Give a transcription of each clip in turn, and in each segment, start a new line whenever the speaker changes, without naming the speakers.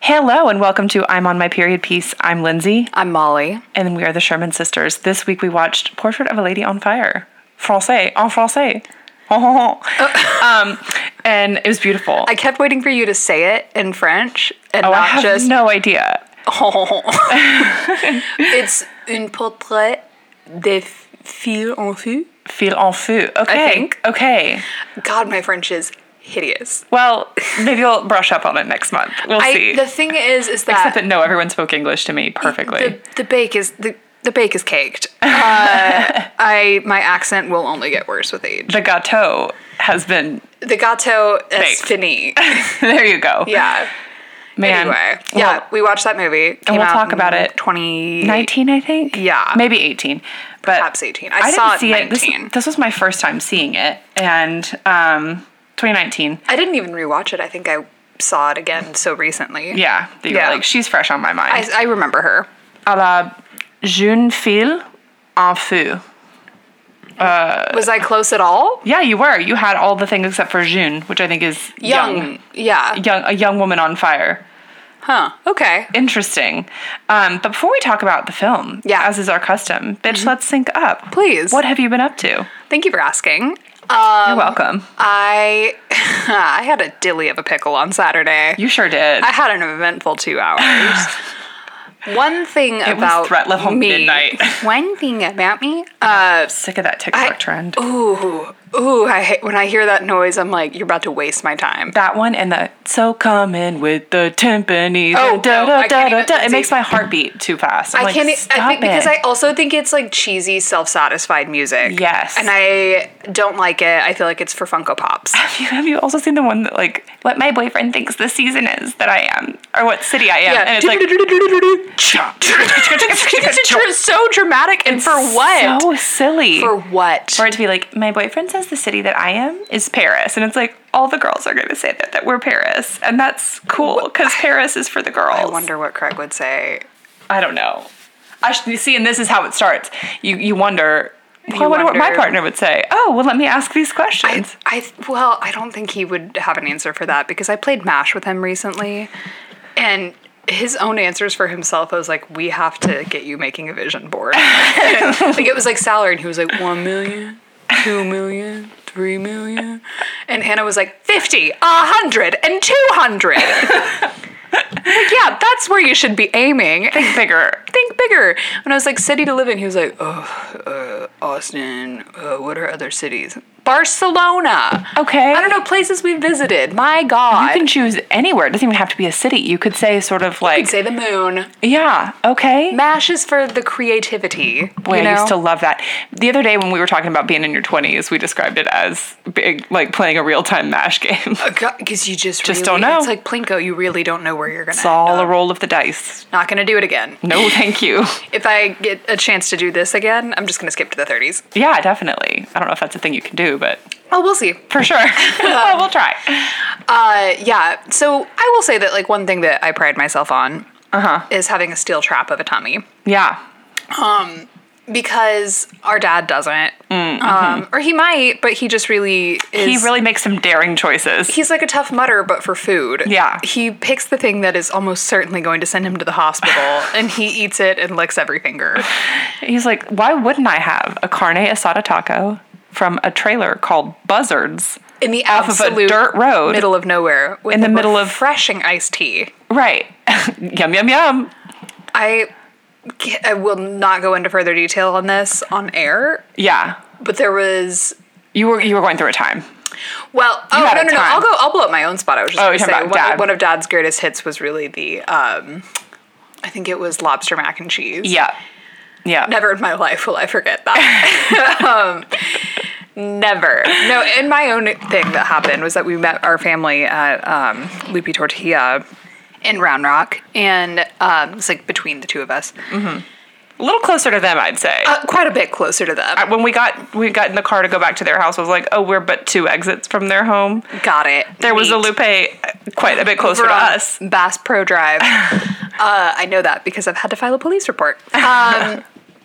Hello and welcome to I'm on my period piece. I'm Lindsay
I'm Molly.
and we are the Sherman sisters. This week we watched Portrait of a Lady on Fire. Francais, en français. um, and it was beautiful.
I kept waiting for you to say it in French and
oh, I
not
have
just. Oh.
no idea.
it's un portrait des filles en feu.
Feel en feu. Okay.
think.
Okay.
God, my French is hideous.
Well, maybe I'll brush up on it next month. We'll see.
I, the thing is, is that
Except that no, everyone spoke English to me perfectly.
the, the bake is the, the bake is caked. Uh, I my accent will only get worse with age.
the gâteau has been.
The gato is
Baked.
fini.
there you go.
Yeah.
Man.
Anyway,
Well,
yeah, we watched that movie. Came
we'll
out
talk
in
about it.
20
19, I think.
Yeah.
Maybe 18. But
Perhaps 18. I saw it in
This-
19.
This, was my first time seeing it. And um, 2019.
I didn't even rewatch it. I think I saw it again so recently.
Yeah. that you were
Yeah.
like, she's fresh on my mind.
I, I remember her.
a la Jeune Fille en Feu.
Was I close at all?
Yeah, you were. You had all the things except for Jeune, which I think is young.
Yeah.
young a young woman on fire.
Huh. Okay.
Interesting. Um, but before we talk about the film,
Yeah. Mm-hmm.
as is our custom, bitch, let's sync up.
Please.
What have you been up to?
Thank you for asking.
You're welcome.
Um, I I had a dilly of a pickle on Saturday.
You sure did.
I had an eventful two hours. One thing
was
about
threat level
me,
midnight.
One thing about me. uh,
Sick of that TikTok trend.
Ooh, ooh. I hate, when I hear that noise, I'm like, you're about to waste my time.
That one and the so coming with the timpani.
Oh,
da,
no,
da, da,
I can't
da,
even
da. It
see.
makes my heart beat too fast. I'm
I
like,
can't.
Stop
I think
it.
because I also think it's like cheesy, self-satisfied music.
Yes.
and I don't like it. I feel like it's for Funko Pops.
Have you, have you also seen the one that like what my boyfriend thinks the season is that I am or what city I am? And it's like
it's so dramatic and for what?
So silly.
for what?
or to be like, my boyfriend says the city that I am is Paris, and it's like all the girls are going to say that that we're Paris, and that's cool because Paris is for the girls.
I wonder what Craig would say.
I don't know. I should, you see, and this is how it starts. You you wonder. well, I wonder, what my
wonder-
partner would say. Oh, well, let me ask these questions.
I well, I don't think he would have an answer for that because I played Mash with him recently, and his own answers for himself. I was like, we have to get you making a vision board. like it was like salary, and he was like one million, two million, three million, and Hannah was like fifty, a hundred, and two hundred. Like, yeah, that's where you should be aiming.
Think bigger.
Think bigger. When I was like city to live in, he was like, oh, uh, Austin. Uh, what are other cities? Barcelona.
Okay.
I don't know places we visited. My God.
You can choose anywhere. It doesn't even have to be a city. You could say sort of like,
say the moon.
yeah, okay.
Mash is for the creativity.
Boy,
you know?
I used to love that. The other day when we were talking about being in your 20s, we described it as big, like playing a real-time MASH game.
because you just
Just don't
really-
know.
It's like Plinko. You really don't know where you're gonna.
It's all a roll of the dice.
Not gonna do it again.
No, thank you.
If I get a chance to do this again, I'm just gonna skip to the 30s.
Yeah, definitely. I don't know if that's a thing you can do, but
Oh, we'll see.
for sure. well, we'll try.
Uh, yeah. So I will say that like one thing that I pride myself on
Uh-huh.
is having a steel trap of a tummy.
Yeah.
Um, because our dad doesn't um, or he might but he just really is
Mm, mm-hmm. He really makes some daring choices.
he's like a tough mutter but for food
Yeah.
he picks the thing that is almost certainly going to send him to the hospital and he eats it and licks every finger
He's like, why wouldn't I have a carne asada taco from a trailer called Buzzards?
in the
of a
absolute
dirt road.
middle of nowhere with
In the
a
middle of-
refreshing iced tea
Right. yum, yum, yum.
i ca- I will not go into further detail on this on air,
Yeah.
but there was
You were you were going through a time.
well. Oh
had
no,
a
no, no!
time.
I'll go. I'll blow up my own spot. I was just
Oh,
going
you're
to
talking
say
about
one,
Dad.
one of Dad's greatest hits was really the, um, I think it was lobster mac and cheese.
Yeah. Yeah.
Never in my life will I forget that. um, never. No, and my own thing that happened was that we met our family at um, Loopy Tortilla in Round Rock, and um, it was like between the two of us,
A little closer to them, I'd say.
uh, quite a bit closer to them.
when we got we got in the car to go back to their house, I was like, oh, we're but two exits from their home.
Got it.
There was a
Neat.
Lupe quite a bit closer
We're
to
on
us.
Bass Pro Drive. uh, I know that because I've had to file a police report. Um,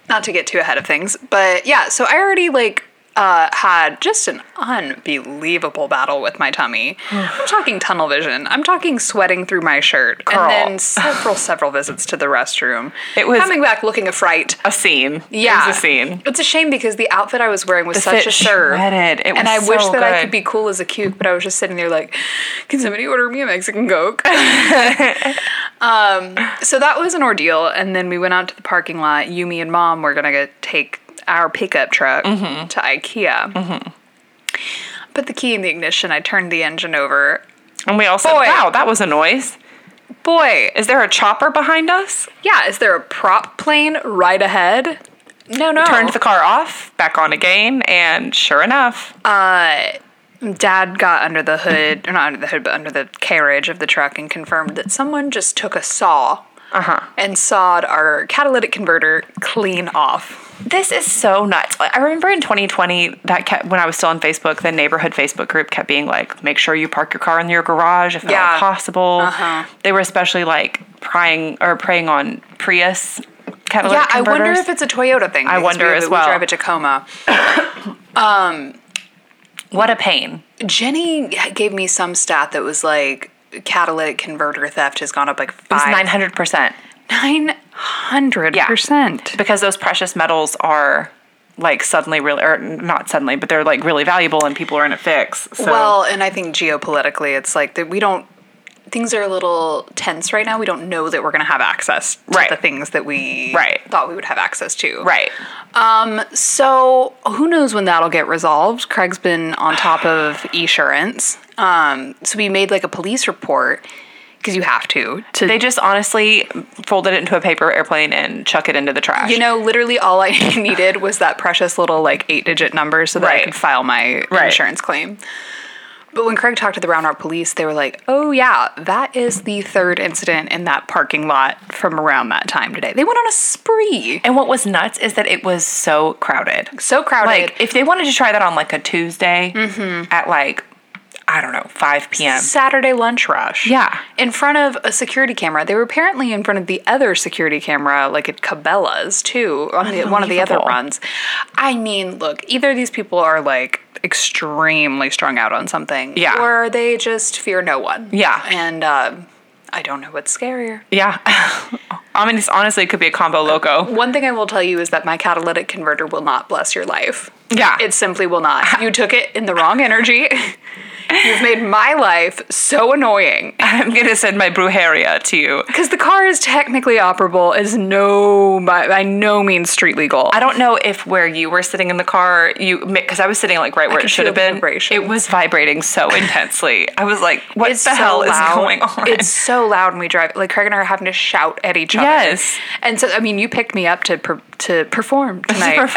not to get too ahead of things, but yeah. So I already like uh, had just an unbelievable battle with my tummy. I'm talking tunnel vision. I'm talking sweating through my shirt,
Girl.
and then several, several visits to the restroom.
It was-
coming back looking a fright.
A scene.
Yeah,
It was a scene.
It's a shame because the outfit I was wearing was
The
such
fit
a serve,
shredded. It was
and I wish
so
that I
good.
could be cool as a cuke, but I was just sitting there like, "Can somebody order me a Mexican Coke?" um, so that was an ordeal, and then we went out to the parking lot. Yumi and Mom were gonna go take our pickup truck
Mm-hmm.
to IKEA. Put the key in the ignition. I turned the engine over.
And we all said,
Boy.
wow, that was a noise.
Boy,
Is there a chopper behind us?
yeah, is there a prop plane right ahead? No, no.
Turned the car off, back on again, and sure enough,
uh, Dad got under the hood, or not under the hood, but under the carriage of the truck and confirmed that someone just took a saw
Uh-huh.
and sawed our catalytic converter clean off.
This is so nuts. Like, I remember in 2020 that kept when I was still on Facebook, the neighborhood Facebook group kept being like, "Make sure you park your car in your garage if at all
Yeah. Uh-huh.
possible." They were especially like prying or preying on Prius catalytic
yeah, I
converters.
wonder if it's a Toyota thing. because
wonder
we,
as
we
well.
drive a Tacoma.
what a pain.
Jenny gave me some stat that was like catalytic converter theft has gone up like
It's
five,
900 percent
900 percent.
because those precious metals are like suddenly really or not suddenly, but they're like really valuable and people are in a fix. So
Well, and I think geopolitically, it's like that we don't. Things are a little tense right now. We don't know that we're going to have access to
Right.
the things that we
Right.
thought we would have access to. Um,
right.
So who knows when that'll get resolved? Craig's been on top of insurance. Um, so we made like a police report because you have to to
They just honestly folded it into a paper airplane and chuck it into the trash.
You know, literally all I needed was that precious little like eight digit number so that I
Right.
could file my
Right.
insurance claim. But when Craig talked to the Round Rock police, they were like, oh, yeah, that is the third incident in that parking lot from around that time today. They went on a spree.
And what was nuts is that it was so crowded.
So crowded.
Like, if they wanted to try that on like a Tuesday
Mm-hmm.
at like, I don't know, 5 p.m.
Saturday lunch rush.
Yeah.
In front of a security camera. They were apparently in front of the other security camera, like at Cabela's too, on the, one of the other
Unbelievable.
runs. I mean, look, either these people are like extremely strung out on something,
Yeah.
or they just fear no one.
Yeah.
And um, I don't know what's scarier.
Yeah. I mean, it's, honestly, it could be a combo loco.
One thing I will tell you is that my catalytic converter will not bless your life.
Yeah.
It simply will not. You took it in the wrong energy. You've made my life so annoying.
I'm going to send my brujeria to you.
Because the car is technically operable, is no by, by no means street legal.
I don't know if where you were sitting in the car, you, because I was sitting like right where
could
it should have
feel the
been.
vibration.
It was vibrating so intensely. I was like, what the hell is going on?
It's so loud when we drive. Like Craig and I are having to shout at each other.
Yes.
And so I mean, you picked me up to per, to perform
to
tonight. um,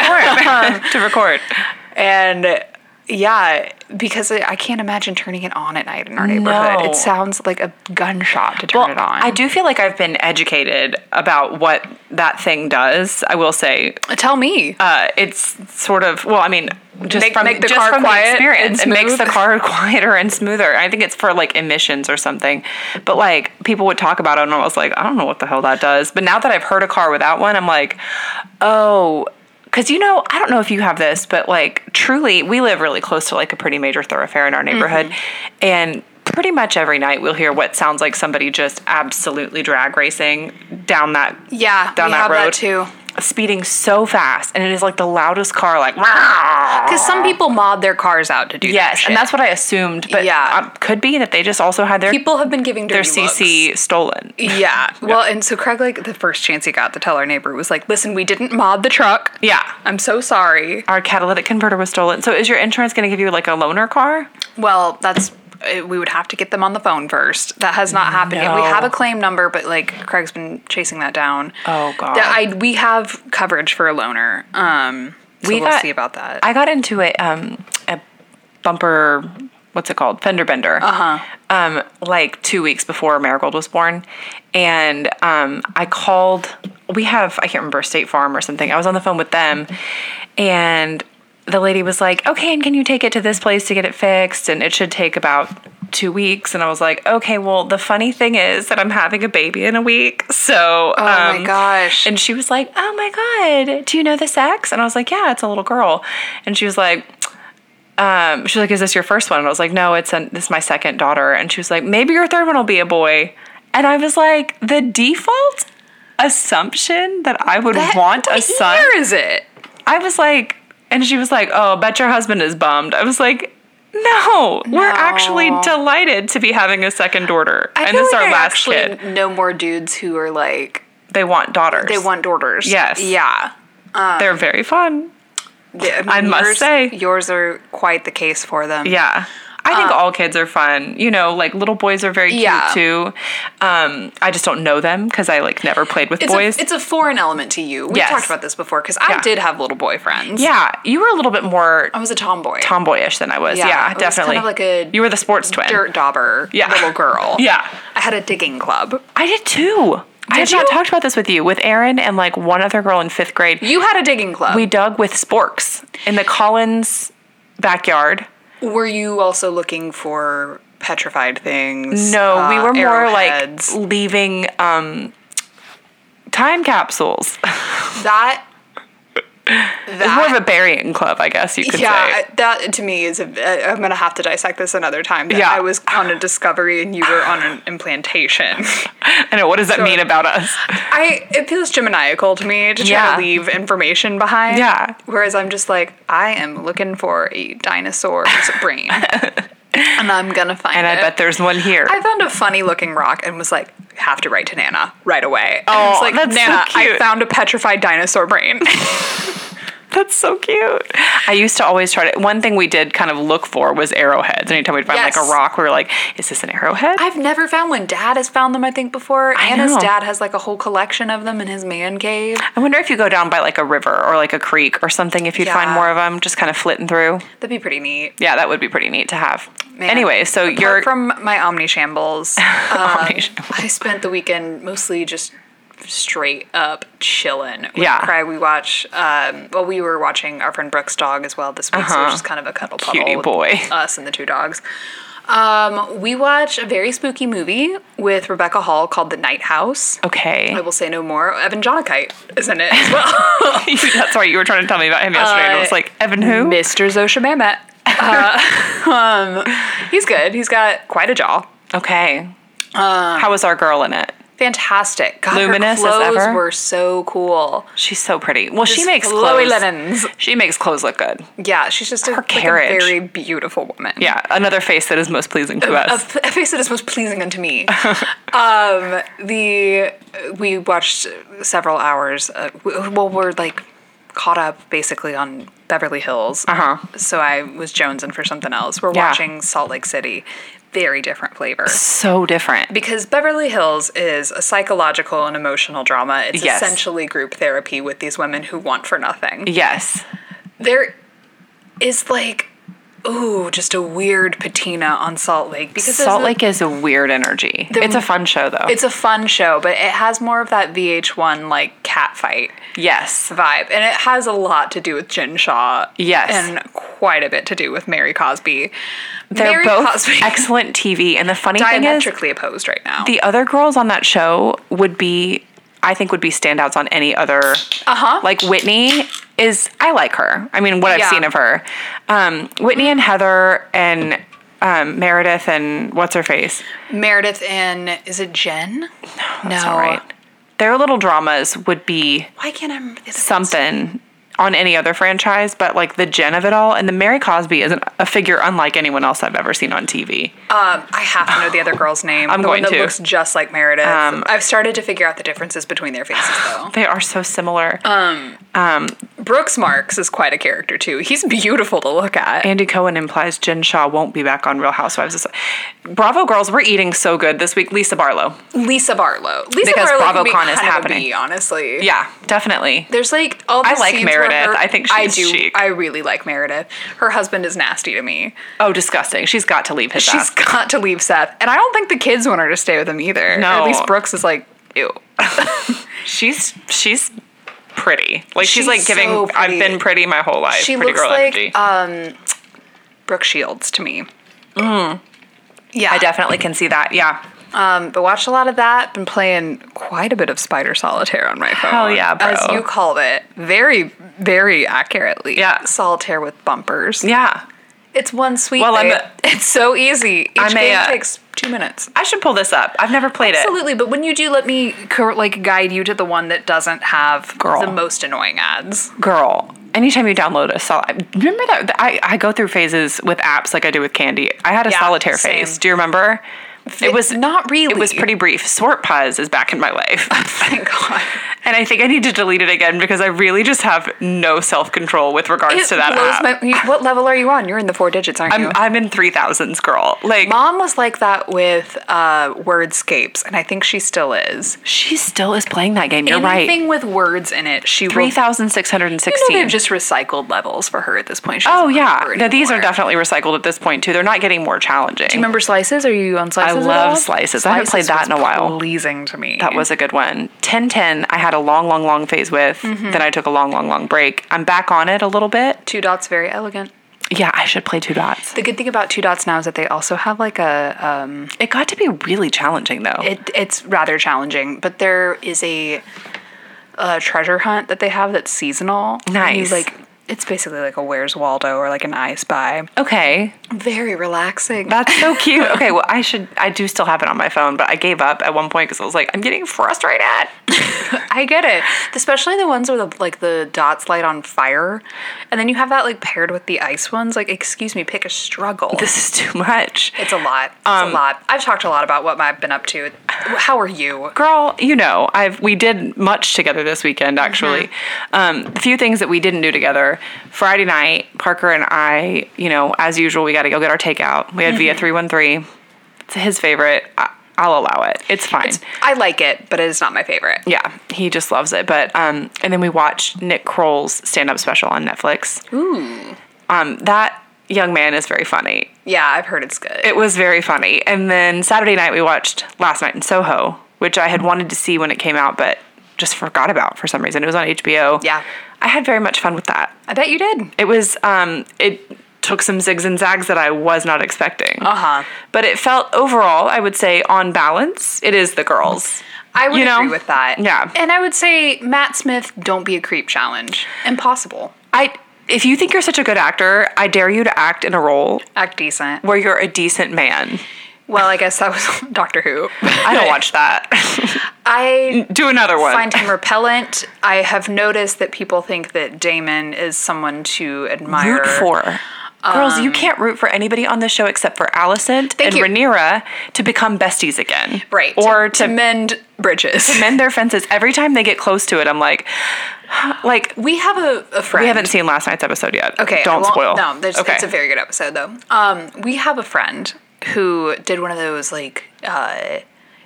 perform, to record.
and yeah, because I I can't imagine turning it on at night in our neighborhood.
No.
It sounds like a gunshot to turn it on.
I do feel like I've been educated about what that thing does. I will say,
Tell me.
uh, it's sort of well, I mean, just
Make-
from,
make the
just
car
from
quiet
the
and
experience, it makes the
smooth.
car quieter and smoother. I think it's for like emissions or something. But like people would talk about it, and I was like, I don't know what the hell that does. But now that I've heard a car without one, I'm like, oh. Cause you know, I don't know if you have this, but like truly, we live really close to like a pretty major thoroughfare in our neighborhood,
Mm-hmm.
and pretty much every night we'll hear what sounds like somebody just absolutely drag racing down that
yeah,
down
we
that
have
road
that too.
speeding so fast and it is like the loudest car like wow
Because some people mod their cars out to do that
Uh, yes
shit.
and that's what i assumed but
Yeah.
yeah could be that they just also had their
people have been giving dirty
their
looks.
cc stolen
Yeah. Well, and so Craig, like, the first chance he got to tell our neighbor was like, listen, we didn't mod the truck.
yeah
I'm so sorry.
our catalytic converter was stolen so is your insurance going to give you like a loaner car
Well, that's, uh, we would have to get them on the phone first. That has not happened yet. We
No.
have a claim number, but like, Craig's been chasing that down.
Oh, God.
That I, we have coverage for a loaner. Um, so we
We
will
got-
see about that.
i got into a um a bumper what's it called fender bender uh-huh um like two weeks before marigold was born and um i called we have i can't remember state farm or something i was on the phone with them and the lady was like okay and can you take it to this place to get it fixed and it should take about two weeks, and I was like, okay, well, the funny thing is that I'm having a baby in a week. So, oh
my gosh.
And she was like, oh my god, do you know the sex? And I was like, yeah, it's a little girl. And she was like, um, she was like, is this your first one? And I was like, no, it's an, this is my second daughter. And she was like, maybe your third one will be a boy. And I was like, the default assumption that I would want a
What
son.
year is it?
I was like, and she was like, oh, bet your husband is bummed. I was like, no, we're actually
No.
delighted to be having a second daughter.
I
and
feel
this is
like
our
I
last
actually
kid.
Know more dudes who are like
They want daughters.
they want daughters.
Yes.
Yeah.
They're very fun.
The-
I must
yours-
say.
yours are quite the case for them.
Yeah. I think all kids are fun. You know, like little boys are very cute
Uh, Yeah.
too. Um, I just don't know them because I like never played with
It's
boys.
a, it's a foreign element to you. We
Yes.
talked about this before because I
Yeah.
did have little boyfriends.
yeah, you were a little bit more
I was a tomboy,
tomboyish than I was. Yeah,
Yeah, it was kind
definitely.
of like a
you were the sports twin.
dirt dauber,
Yeah.
little girl.
Yeah.
I had a digging club.
I did too. I
Did
have not
you?
talked about this with you, with Aaron and like one other girl in fifth grade.
You had a digging club.
We dug with sporks in the Collins backyard.
Were you also looking for petrified things?
No, we
uh,
were more
arrowheads?
like leaving um, time capsules.
that.
It's
That
more of a burying club, I guess you could
yeah,
say.
I- that to me is. A, I- I'm gonna have to dissect this another time. that
Yeah.
I was on a discovery and you were on an implantation.
I know. What does that mean about us?
I it feels Geminiacal to me to try
Yeah.
to leave information behind.
Yeah.
Whereas I'm just like, I am looking for a dinosaur's brain, and I'm gonna find
And
it.
I bet there's one here.
I found a funny looking rock and was like, have to write to Nana right away. And
Oh,
I was like,
that's so
Nana, I
cute."
found a petrified dinosaur brain.
That's so cute. I used to always try to. One thing we did kind of look for was arrowheads. Anytime we'd find like a
Yes.
rock, we were like, "Is this an arrowhead?"
I've never found one. Dad has found them, I think, before. Anna's
know.
dad has like a whole collection of them in his man cave.
I wonder if you go down by like a river or like a creek or something, if you'd find
Yeah.
more of them just kind of flitting through.
That'd be pretty neat.
Yeah, that would be pretty neat to have.
Man.
Anyway, so
Apart
you're
from my Omni Shambles. um,
Omnishambles.
I spent the weekend mostly just straight up chilling. with
Yeah.
Cry. We watch. Um, well, we were watching our friend Brooke's dog as well this week, so it
Uh-huh.
was just kind of a cuddle
Cutie
puddle with
boy.
us and the two dogs. Um, we watch a very spooky movie with Rebecca Hall called The Night House.
okay.
I will say no more. Evan Jonikite is in it as well.
That's right. You were trying to tell me about him yesterday, and I was
Uh,
like, Evan, who?
Mr. Zosha Mamet. Uh, um, he's good. He's got quite a jaw.
Okay.
Uh,
How was our girl in it?
fantastic. God,
Luminous as
her clothes
ever?
were so cool.
She's so pretty. Well, she
Just
makes
flowy
clothes.
linens.
She makes clothes look good.
Yeah, she's just a, like a
carriage.
very beautiful woman.
Yeah, another face that is most pleasing to
A,
us.
f- a face that is most pleasing unto me. um, the we watched several hours. Uh, w- well, we're like caught up basically on Beverly Hills.
Uh-huh.
So I was jonesing for something else. We're
Yeah.
watching Salt Lake City. Very different flavor.
So different.
Because Beverly Hills is a psychological and emotional drama. It's
Yes.
essentially group therapy with these women who want for nothing.
Yes.
there is like ooh just a weird patina on salt lake because there's
Salt
a-
Lake is a weird energy. it's a fun show though.
it's a fun show but it has more of that vh1 like cat fight
yes.
vibe and it has a lot to do with jin shaw
Yes.
and quite a bit to do with mary cosby
They're
mary
both
cosby
excellent TV. And the funny thing is,
diametrically opposed right now
the other girls on that show would be, I think, would be standouts on any other. Uh
Uh-huh.
Like Whitney is, I like her. I mean, what I've
Yeah.
seen of her, um, Whitney and Heather and um, Meredith and what's her face.
meredith and is it jen no
That's all right. Their little dramas would be
why can't i remember the other
something on any other franchise, but like the Jen of it all, and the Mary Cosby is an, a figure unlike anyone else I've ever seen on TV.
Um, I have to know the other girl's name.
I'm
the
going
one that
to. Um,
looks just like Meredith. I've started to figure out the differences between their faces though.
They are so similar.
Um, Brooks Marks is quite a character too. He's beautiful to look at.
Andy Cohen implies Jen Shaw won't be back on Real Housewives. This- Bravo, girls, we're eating so good this week. Lisa Barlow.
Lisa Barlow. Lisa
Because
Barlow can be
BravoCon is
kind of a
happening.
bee, honestly.
Yeah, definitely.
There's like all the
I like
scenes where
Meredith.
her-
I think
I
she's
do.
chic.
I really like Meredith. Her husband is nasty to me.
Oh, disgusting. She's got to leave his
She's
ass.
got to leave Seth, and I don't think the kids want her to stay with him either.
No.
Or at least Brooks is like, ew.
She's she's pretty. Like she's,
She's
like giving.
so
I've
pretty.
been pretty my whole life.
She um,
pretty
looks
girl
like
energy.
um, Brooke Shields to me. Yeah.
Mm. I definitely can see that. Yeah.
Um, but watched a lot of that. Been playing quite a bit of Spider Solitaire on my phone.
Hell yeah, bro.
As you called it, very, very accurately.
Yeah.
Solitaire with bumpers.
Yeah.
It's one sweet.
Well, I'm
babe.
a-
it's so easy. Each
I'm a,
game
uh,
takes two minutes.
I should pull this up. I've never played it.
Absolutely, but when you do, let me cor- like guide you to the one that doesn't have
Girl.
the most annoying ads.
girl anytime you download a sol remember that that I, I go through phases with apps like i do with candy i had a
Yeah,
solitaire
same.
phase do you remember it was
not really.
it was pretty brief swart puzz is back in my life
Thank God.
and i think i need to delete it again because i really just have no self-control with regards to that app
blows my- what level are you on? You're in the four digits, aren't you?
I'm, I'm in 3000s girl like
Mom was like that with uh, wordscapes, and I think she still is.
she still is playing that game you're
Anything with words in it, she will. You
3616
know, they've just recycled levels for her at this point. She
oh
doesn't
yeah
remember
no, these are
anymore.
definitely recycled at this point too they're not getting more challenging
Remember slices? Are you on slices? at
love
all?
Slices. I haven't played that
was
in a while.
Pleasing to me.
That was a good one. 1010, I had a long, long, long phase with.
Mm-hmm.
Then I took a long, long, long break. I'm back on it a little bit.
two dots. Very elegant.
Yeah, I should play two dots.
The good thing about two dots now is that they also have like a um,
It got to be really challenging though.
it, it's rather challenging, but there is a, a treasure hunt that they have that's seasonal. And you,
Nice.
like it's basically like a Where's Waldo or like an I Spy.
okay.
Very relaxing.
That's so cute. Okay, well, I should, I do still have it on my phone, but I gave up at one point because I was like, I'm getting frustrated.
I get it, especially the ones where the like the dots light on fire, and then you have that like paired with the ice ones. Like, excuse me, pick a struggle.
This is too much.
it's a lot. It's
Um,
a lot. I've talked a lot about what I've been up to. How are you?
Girl, you know, I've we did much together this weekend actually. Um, a few things that we didn't do together. Friday night, Parker and I, you know, as usual, we got to go get our takeout. We had Via 313. It's his favorite. I, I'll allow it. It's fine.
I like it, but it is not my favorite.
yeah, he just loves it. But um, and then we watched Nick Kroll's stand-up special on Netflix. Ooh. Um, that young man is very funny.
Yeah, I've heard it's good.
It was very funny. And then Saturday night we watched Last Night in Soho, which I had wanted to see when it came out, but just forgot about for some reason. It was on HBO.
Yeah.
I had very much fun with that.
I bet you did.
It was um it took some zigs and zags that I was not expecting.
Uh-huh.
But it felt overall, I would say, on balance, it is the girls.
I would
You know?
agree with that.
Yeah.
And I would say Matt Smith, don't be a creep challenge. Impossible.
I if you think you're such a good actor, I dare you to act in a role
Act decent.
where you're a decent man.
Well, I guess that was Doctor Who.
I don't watch that.
I
Do another one.
find him repellent. I have noticed that people think that Damon is someone to admire.
root for. Girls,
um,
you can't root for anybody on this show except for Allison and
you.
Rhaenyra to become besties again.
Right.
Or to,
mend bridges.
mend their fences. Every time they get close to it, I'm like, like,
we have a, a friend.
we haven't seen last night's episode yet.
Okay, I
Don't
won't-
spoil.
No, there's,
okay.
it's a very good episode though. Um, we have a friend who did one of those like uh,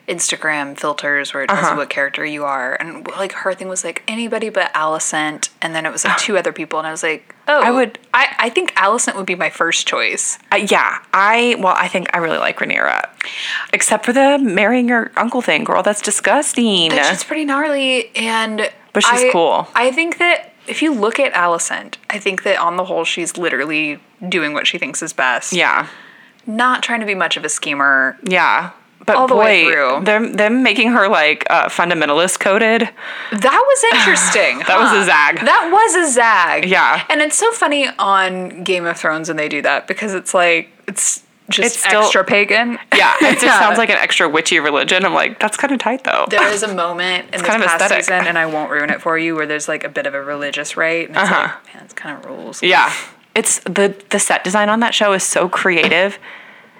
Instagram filters where it
Uh-huh.
tells you what character you are, and like her thing was like anybody but Allison, and then it was like two other people, and I was like, oh,
I would-
I, I think Allison would be my first choice.
Uh, yeah. I, well, I think I really like Rhaenyra. Except for the marrying your uncle thing, girl. That's disgusting.
It's She's pretty gnarly, and
But she's
I-
cool.
I think that. If you look at Allison, I think that on the whole, she's literally doing what she thinks is best.
yeah.
Not trying to be much of a schemer.
Yeah. But
All
boy,
the way through.
them them making her like uh, fundamentalist coded.
That was interesting. that
was a zag.
That was a zag.
Yeah.
And it's so funny on Game of Thrones when they do that because it's like it's just
It's still-
extra pagan.
Yeah, it just
Yeah.
sounds like an extra witchy religion. I'm like, that's kind of tight though.
There is a moment in this
kind of
past
aesthetic.
season, and I won't ruin it for you, where there's like a bit of a religious right, and it's like, man, it's kind of rules.
Uh-huh. Yeah. It's the the set design on that show is so creative.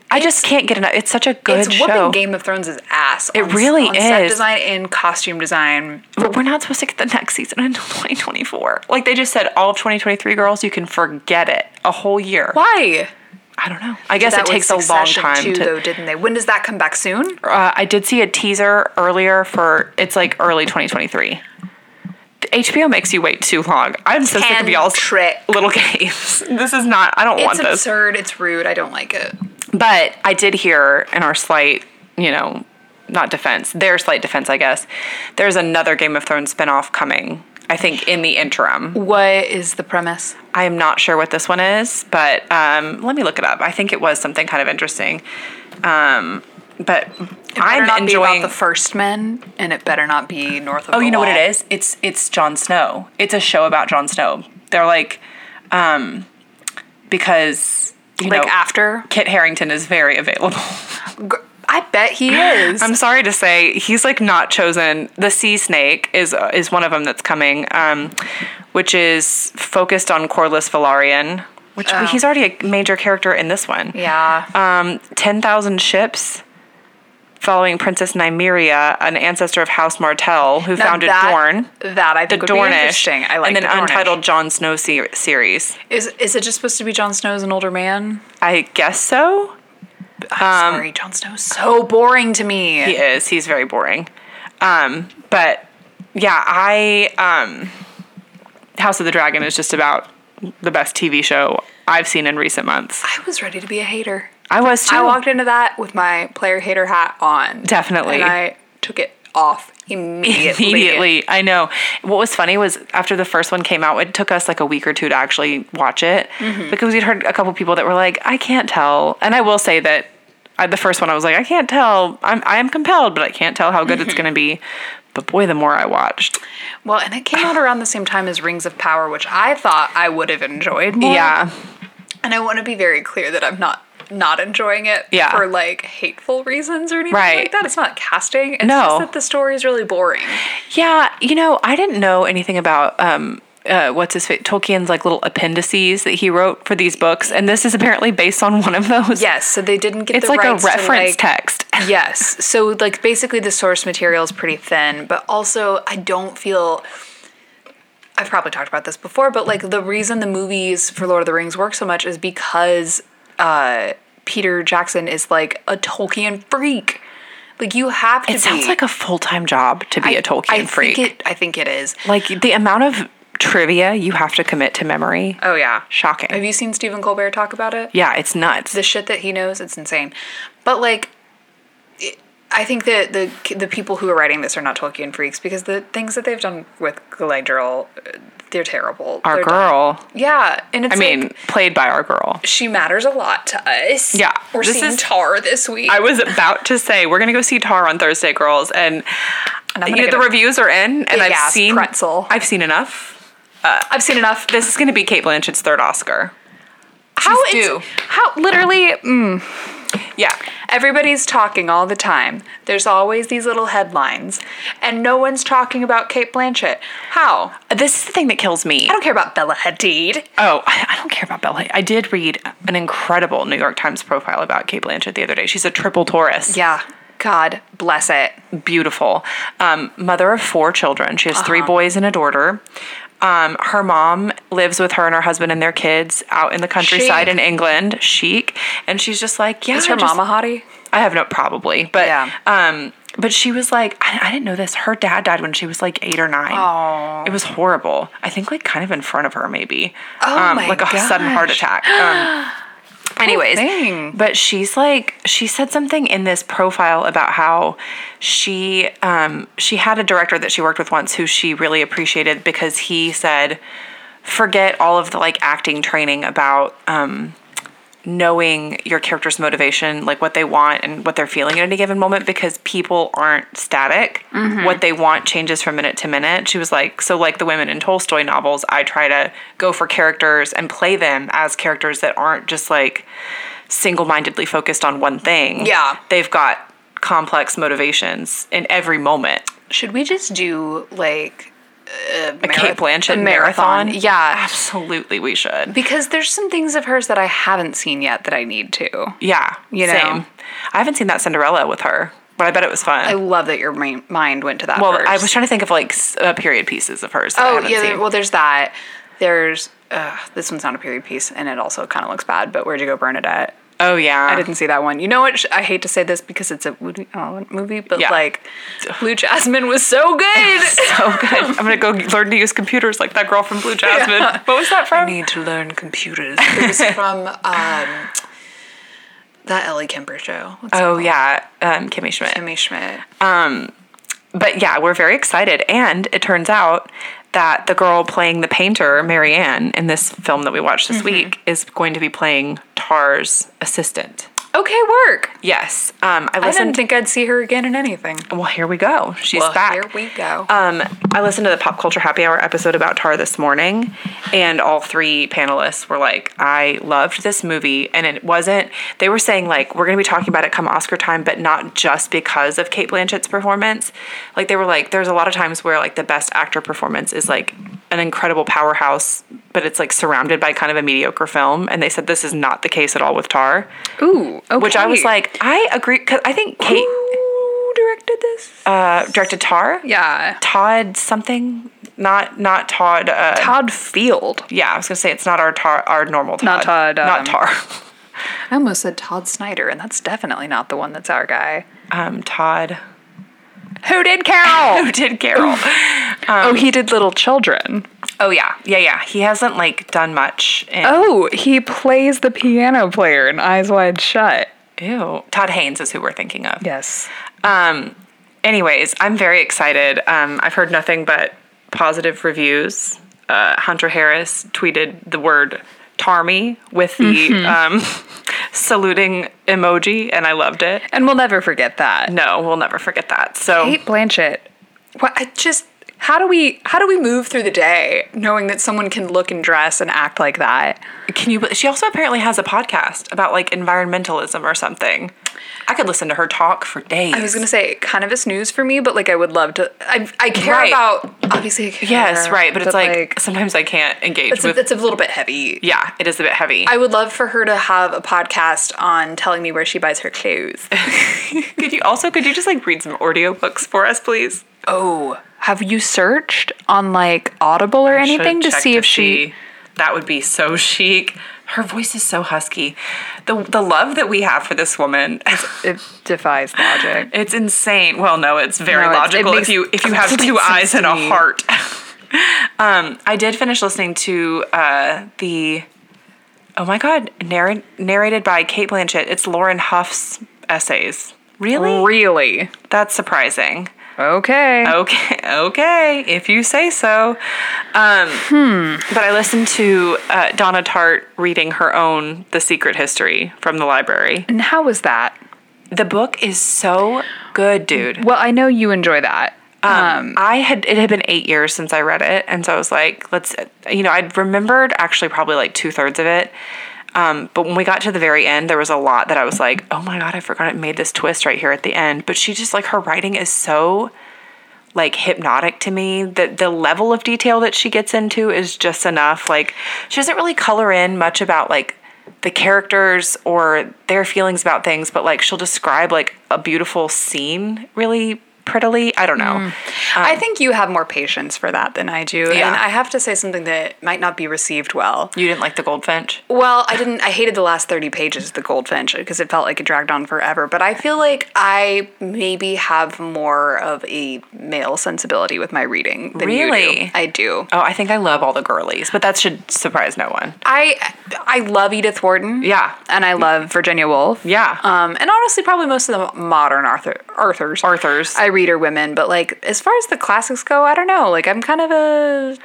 I just can't get enough. It's such a good
It's whooping
show.
Game of Thrones' ass. It
really
on Set
is.
design and costume design.
But we're not supposed to get the next season until 2024. Like they just said, all of 2023 girls, you can forget it a whole year.
Why?
I don't know. I guess it
That was
takes a long
Succession
time
too,
to.
though, didn't they? When does that come back soon?
Uh, I did see a teaser earlier for it's like early 2023. The HBO makes you wait too long. I'm so sick of
Can
y'all's
trick.
little games. This is not. I don't
It's
want this.
absurd. It's rude. I don't like it.
But I did hear in our slight, you know, not defense, their slight defense, I guess, there's another Game of Thrones spinoff coming. I think, in the interim.
What is the premise?
I am not sure what this one is, but um, let me look it up. I think it was something kind of interesting. Um, but
Better not
I'm
be
enjoying.
about the first men, and it better not be north of.
oh, you know what it is? It's it's Jon Snow. It's a show about Jon Snow. They're like, um, because you
Like
know,
after,
Kit Harrington is very available.
Gr- I bet he is.
I'm sorry to say, he's like not chosen. The Sea Snake is is one of them that's coming, um, which is focused on Corlys Velaryon, which
Oh.
he's already a major character in this one.
yeah,
Um, Ten thousand ships. Following Princess Nymeria, an ancestor of House Martell, who
Now
founded
that-
Dorne,
That I think would
Dornish,
be interesting. I like
and an
the Dornish.
untitled Jon Snow ser- series.
Is is it just supposed to be Jon Snow as an older man?
I guess so. Um,
I'm sorry, Jon Snow's so boring to me.
He is. He's very boring. Um, but yeah, I um, House of the Dragon is just about the best TV show I've seen in recent months.
I was ready to be a hater.
I was too.
I walked into that with my player hater hat on.
Definitely.
And I took it off immediately.
immediately. I know. What was funny was after the first one came out, it took us like a week or two to actually watch it
Mm-hmm.
because we'd heard a couple people that were like, "I can't tell," and I will say that. I, the first one, I was like, I can't tell. I'm, I am compelled, but I can't tell how good it's going to be. But boy, the more I watched,
Well, and it came out around the same time as Rings of Power, which I thought I would have enjoyed more.
yeah,
And I want to be very clear that I'm not not enjoying it
Yeah.
for like hateful reasons or anything
Right.
like that. It's not casting. It's
No.
just that the story is really boring.
Yeah, you know, I didn't know anything about um, uh, what's his fa- Tolkien's like little appendices that he wrote for these books, and this is apparently based on one of those.
Yes, so they didn't get
it's
the
like a
rights to,
reference
like-
text.
yes. So like basically the source material is pretty thin, but also I don't feel I've probably talked about this before, but like the reason the movies for Lord of the Rings work so much is because uh Peter Jackson is like a Tolkien freak. Like you have to
It sounds
be
like a full time job to be a Tolkien
I
freak.
Think it, I think it is.
like the amount of trivia you have to commit to memory.
Oh yeah.
Shocking.
Have you seen Stephen Colbert talk about it?
yeah, it's nuts.
the shit that he knows it's insane but like it- i think that the the people who are writing this are not tolkien freaks because the things that they've done with galadriel uh, they're terrible
our
They're
girl.
dumb. yeah and it's
I mean, played by our girl.
she matters a lot to us
Yeah,
we're
this
seeing
is-
tar this week
I was about to say we're gonna go see Tar on Thursday, girls, and,
And I'm
you
gonna
know,
get
the
a
reviews are in, and I've
big-ass
seen
pretzel.
I've seen enough.
i've seen enough
This is going to be Kate Blanchett's third Oscar.
how
she's
it's-
due.
how literally mm,
Yeah.
Everybody's talking all the time. There's always these little headlines, and no one's talking about Kate Blanchett. How? I
This is the thing that kills me.
don't care about Bella Hadid.
oh, I I don't care about Bella. I did read an incredible New York Times profile about Kate Blanchett the other day. She's a triple Taurus.
Yeah. God bless it.
Beautiful. Um, mother of four children. She has three boys and a daughter. Um, her mom lives with her and her husband and their kids out in the countryside
Chic.
in England, chic. And she's just like, yeah.
Is her
I just-
mama hottie?
I have no probably, but
Yeah.
um, but she was like, I, I didn't know this. Her dad died when she was like eight or nine.
Aw.
It was horrible. I think like kind of in front of her, maybe.
Oh
um,
my
Like a sudden heart
gosh.
attack. Um, anyways,
thing.
but she's like, she said something in this profile about how she um, she had a director that she worked with once who she really appreciated because he said, forget all of the like acting training about um, knowing your character's motivation, like what they want and what they're feeling at any given moment, because people aren't static.
Mm-hmm.
What they want changes from minute to minute. She was like, so like the women in Tolstoy novels, I try to go for characters and play them as characters that aren't just like single mindedly focused on one thing.
Yeah.
They've got complex motivations in every moment.
Should we just do like a,
Kate Blanchett marathon?
Yeah.
Absolutely, we should.
Because there's some things of hers that I haven't seen yet that I need to.
Yeah,
You know.
same. I haven't seen that Cinderella with her, but I bet it was fun.
I love that your mi- mind went to that.
well,
first.
I was trying to think of like s- uh, period pieces of hers. That I
Oh
haven't
yeah.
seen.
there- Well, there's that. There's uh, this one's not a period piece, and it also kind of looks bad. But where'd you go, Bernadette?
oh yeah.
I didn't see that one. You know what? sh- I hate to say this because it's a woody Allen movie, but
Yeah.
like, Blue Jasmine was so good.
So Oh, good. I'm gonna go learn to use computers like that girl from Blue Jasmine.
Yeah.
What was that
I
from?
need to learn computers. It was from um, that Ellie Kemper show. What's
Oh yeah, um, Kimmy Schmidt.
Kimmy Schmidt.
But yeah, we're very excited, and it turns out that the girl playing the painter, Marianne, in this film that we watched this
Mm-hmm.
week is going to be playing Tar's assistant.
Okay, work.
Yes. Um, I
I didn't
listened.
think I'd see her again in anything. Uh,
well, here we go. She's
Well,
back.
here we go.
Um, I listened to the Pop Culture Happy Hour episode about Tar this morning, and all three panelists were like, I loved this movie. And it wasn't, they were saying, like, we're going to be talking about it come Oscar time, but not just because of Kate Blanchett's performance. Like, they were like, there's a lot of times where, like, the best actor performance is, like, an incredible powerhouse, but it's, like, surrounded by kind of a mediocre film. And they said this is not the case at all with Tar,
Ooh, okay.
which I was like, I agree. Because I think Kate
who directed this?
uh, directed Tar.
yeah,
Todd something, not not Todd. Uh,
Todd Field.
yeah, I was gonna say it's not our tar, our normal Todd.
Not Todd, um,
not Tar.
I almost said Todd Snyder, and that's definitely not the one that's our guy.
Um, Todd.
Who did Carol?
Who did Carol?
oh, he did Little Children.
oh yeah, yeah, yeah. He hasn't like done much. In,
Oh, he plays the piano player in Eyes Wide Shut.
Ew. Todd Haynes is who we're thinking of.
Yes.
Um. Anyways, I'm very excited. Um, I've heard nothing but positive reviews. Uh, Hunter Harris tweeted the word "tarmy" with the
Mm-hmm.
um, saluting emoji, and I loved it.
And we'll never forget that.
No, we'll never forget that. So
Kate Blanchett. What I just how do we how do we move through the day knowing that someone can look and dress and act like that?
Can you? She also apparently has a podcast about like environmentalism or something. I could listen to her talk for days.
I was gonna say kind of a snooze for me, but like I would love to. I I care
Right.
about obviously. I care,
yes, right, but it's like, sometimes I can't engage
it's a,
with.
it's a little bit heavy.
yeah, it is a bit heavy.
I would love for her to have a podcast on telling me where she buys her clothes.
could you also could you just like read some audiobooks for us, please?
oh, have you searched on like Audible or
Should
anything to
check
see if she?
That would be so chic. Her voice is so husky. The the love that we have for this woman.
It defies logic.
It's insane. Well, no, it's very
No, it's- it
logical
makes
if you if you have
complete
two
sense
eyes
to
and a
me.
heart. um, I did finish listening to uh, the oh my god narr- narrated by Kate Blanchett. It's Lauren Huff's essays. Really?
Really? Oh.
That's surprising.
Okay.
Okay, okay, if you say so. Um,
Hmm.
But I listened to uh, Donna Tartt reading her own The Secret History from the library.
And how was that?
The book is so good, dude.
Well, I know you enjoy that.
Um, I had it had been eight years since I read it, and so I was like, let's, you know, I'd remembered actually probably like two thirds of it. Um, but when we got to the very end, there was a lot that I was like, oh my god, I forgot it made this twist right here at the end. But she just like her writing is so like hypnotic to me that the level of detail that she gets into is just enough. Like she doesn't really color in much about like the characters or their feelings about things, but like she'll describe like a beautiful scene really prettily. I don't know.
I think you have more patience for that than I do.
Yeah.
And I have to say something that might not be received well.
You didn't like the goldfinch?
Well, I didn't. I hated the last 30 pages of The Goldfinch because it felt like it dragged on forever. But I feel like I maybe have more of a male sensibility with my reading than you do.
Really?
I do.
Oh, I think I love all the girlies, but that should surprise no one.
I I love Edith Wharton.
Yeah.
And I love Virginia Woolf.
Yeah.
Um, and honestly, probably most of the modern Arthur Arthurs.
Arthur's.
I read are women, but like as far as the classics go, I don't know. Like I'm kind of a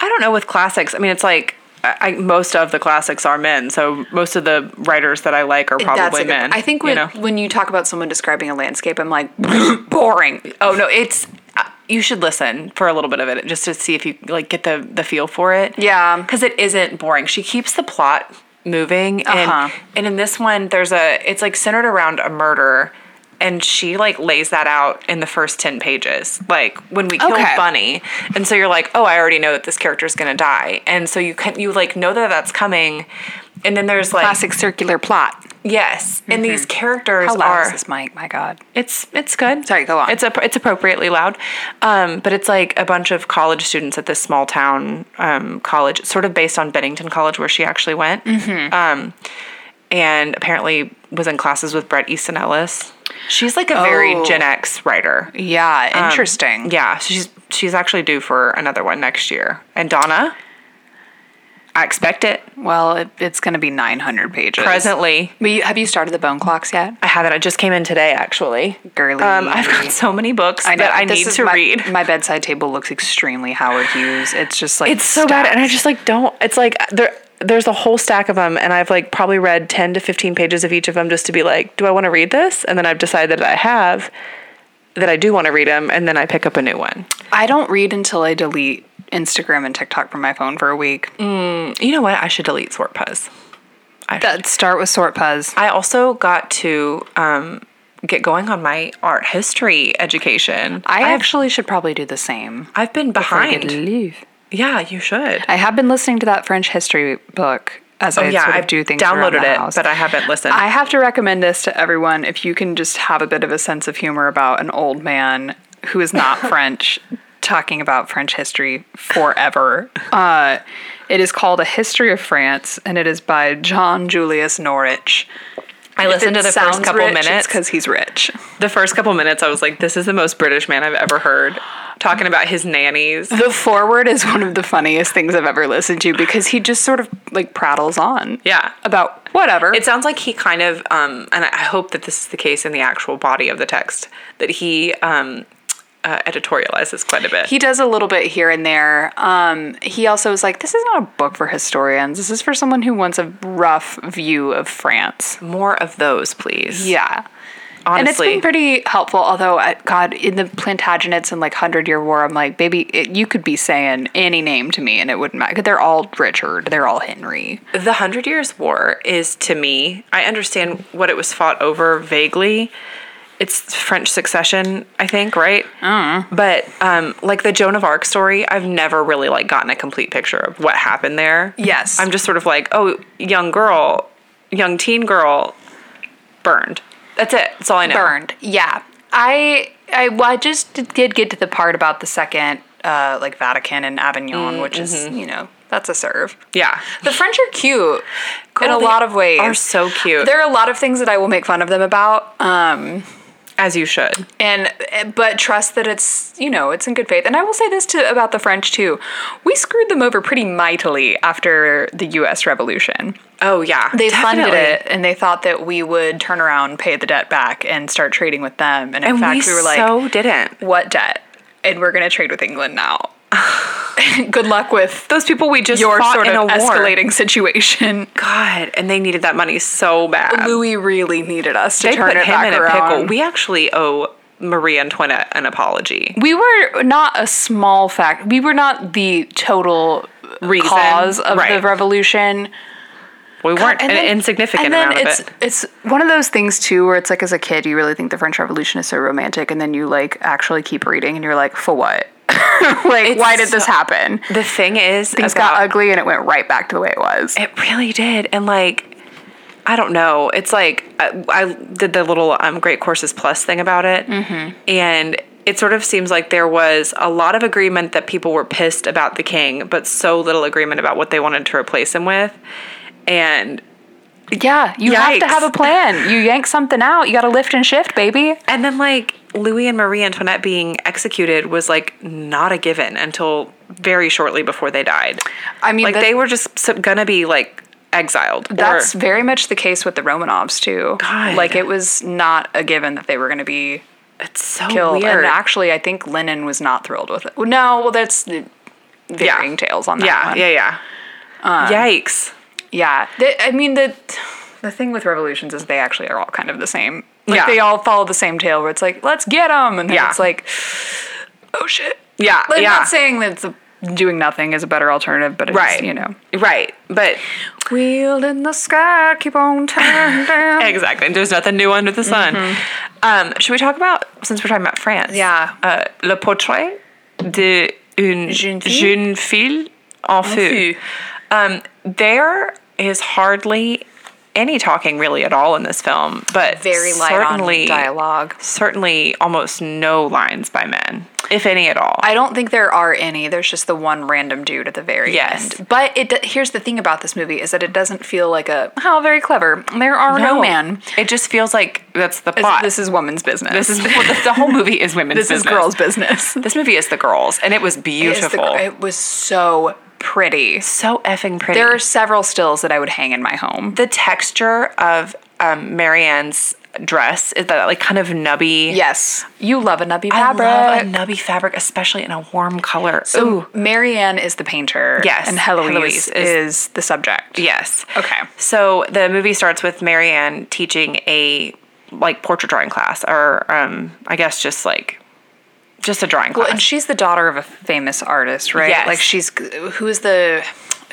I don't know with classics. I mean, it's like I, I, most of the classics are men, so most of the writers that I like are probably
a good-
men.
I think
you
when
know?
when you talk about someone describing a landscape, I'm like boring.
Oh no, it's uh, you should listen for a little bit of it just to see if you like get the the feel for it.
Yeah.
because it isn't boring. She keeps the plot moving, and
Uh-huh.
and in this one, there's a it's like centered around a murder. And she like lays that out in the first ten pages, like when we killed
Okay.
Bunny, and so you're like, oh, I already know that this character's gonna die, and so you can you like know that that's coming, and then there's like
Classic circular plot.
yes, and these characters
How loud is
are
this mic? My God.
it's it's good.
Sorry, go on.
It's a, it's appropriately loud, um, but it's like a bunch of college students at this small town um, college, sort of based on Bennington College where she actually went,
Mm-hmm.
um, and apparently was in classes with Brett Easton Ellis. She's like a very
Oh.
Gen X writer.
Yeah,
Um,
interesting.
yeah, she's she's actually due for another one next year. And Donna, I expect it
Well, it, it's going to be 900 pages.
presently.
But you, have you started the bone clocks yet?
I haven't. I just came in today, actually.
Girly.
Um, I've got so many books
know,
that I
this
need
is
to
my,
read.
My bedside table looks extremely Howard Hughes. It's just like
It's so bad, and I
stacked.
just like don't. It's like there. There's a whole stack of them, and I've like probably read ten to fifteen pages of each of them just to be like, do I want to read this? And then I've decided that I have, that I do want to read them, and then I pick up a new one.
I don't read until I delete Instagram and TikTok from my phone for a week.
Mm. You know what? I should delete Sort Puzz.
That start with sort puzz.
I also got to um, get going on my art history education.
I
I've,
actually should probably do the same.
I've been behind.
leave.
Yeah, you should.
I have been listening to that French history book as I
Oh, yeah,
sort of
I've
do things. around
downloaded
the
it,
house.
but I haven't listened.
I have to recommend this to everyone if you can just have a bit of a sense of humor about an old man who is not French talking about French history forever. Uh, it is called A History of France, and it is by John Julius Norwich.
I listened to the first couple minutes
because he's rich.
the first couple minutes I was like, this is the most British man I've ever heard talking about his nannies.
The forward is one of the funniest things I've ever listened to because he just sort of like prattles on.
Yeah.
About whatever.
It sounds like he kind of, um, and I hope that this is the case in the actual body of the text, that he um, uh, editorializes quite a bit.
He does a little bit here and there. Um, he also is like, this is not a book for historians. This is for someone who wants a rough view of France.
More of those, please.
Yeah.
Honestly.
And it's been pretty helpful, although, uh, God, in the Plantagenets and like Hundred Year War, I'm like, baby, it, you could be saying any name to me and it wouldn't matter. They're all Richard, they're all Henry.
The Hundred Years' War is to me, I understand what it was fought over vaguely. It's French succession, I think, right?
Uh-huh.
But um, like the Joan of Arc story, I've never really like gotten a complete picture of what happened there.
Yes.
I'm just sort of like, oh, young girl, young teen girl, burned. That's it. That's all I know.
burned. Yeah, I I well, I just did- did get to the part about the second uh, like Vatican and Avignon, which is you know that's a serve.
Yeah.
The French are cute in a
they
lot of ways.
are so cute.
There are a lot of things that I will make fun of them about, um,
As you should.
and but trust that it's you know it's in good faith. And I will say this to about the French too: we screwed them over pretty mightily after the U.S. Revolution
Oh yeah.
they funded
Definitely.
it and they thought that we would turn around pay the debt back and start trading with them and in
And
fact
we,
we, were like
so didn't.
what debt and we're going to trade with england now good luck with
Those people we just
your
fought
sort
in
of
a war.
escalating situation
God, and they needed that money so bad.
louis really needed us to
they
turn
put
it
him
back
in a
around
pickle. We actually owe Marie Antoinette an apology.
we were not a small fact. We were not the total
Reason.
cause of
Right.
the revolution.
We weren't
And
an
then-
insignificant
and then
amount
it's,
of it.
It's one of those things too, where it's like as a kid, you really think the French Revolution is so romantic, and then you like actually keep reading, and you're like, for what? like, why did this happen?
The thing is,
Things got ugly, and it went right back to the way it was.
It really did, and like, I don't know. It's like I, I did the little um, Great Courses Plus thing about it,
Mm-hmm.
and it sort of seems like there was a lot of agreement that people were pissed about the king, but so little agreement about what they wanted to replace him with, and
yeah, you have to
Yikes.
have a plan. You yank something out, you got to lift and shift, baby.
and then like Louis and Marie Antoinette being executed was like not a given until very shortly before they died.
I mean,
Like
that-
they were just so- gonna be like exiled. or-
That's very much the case with the Romanovs too.
God.
Like it was not a given that they were going to be
it's so
killed.
weird.
And actually, I think Lenin was not thrilled with it. Well, No, well, that's varying tales on that
Yeah,
one.
yeah, yeah.
um,
Yikes.
Yeah, the, I mean the the thing with revolutions is they actually are all kind of the same. Like
Yeah.
they all follow the same tale where it's like let's get them, and then
Yeah.
it's like oh shit.
Yeah,
Like, I'm
yeah.
not saying that the, doing nothing is a better alternative, but it's,
Right.
you know,
Right. But
wheel in the sky, keep on turning.
exactly. There's nothing new under the sun. Um, should we talk about since we're talking about France?
Mm-hmm. Yeah.
Uh, le portrait de une
Jeune
jeune
fille?
fille, en feu.
feu.
Um, there is hardly any talking really at all in this film, but
Very light
certainly
on dialogue.
Certainly, almost no lines by men, if any at all.
I don't think there are any. There's just the one random dude at the very
Yes.
end. But it do- here's the thing about this movie is that it doesn't feel like a how very clever. There are no, man.
It just feels like that's the
This,
plot.
this is woman's business.
This is well, the, the whole movie is women's.
this is
business.
girls' business.
This movie is the girls, and it was
It is the-
beautiful.
it was so pretty.
so effing pretty.
There are several stills that I would hang in my home.
the texture of um, Marianne's dress is that like kind of nubby.
Yes, you love a nubby
I
fabric.
love a nubby fabric, especially in a warm color. Ooh,
So Marianne is the painter.
Yes,
and Heloise,
Heloise is-
is, the subject.
yes.
Okay.
So the movie starts with Marianne teaching a like portrait drawing class, or um, I guess just like just a drawing class.
Well, and she's the daughter of a famous artist, right?
Yes.
Like she's who is the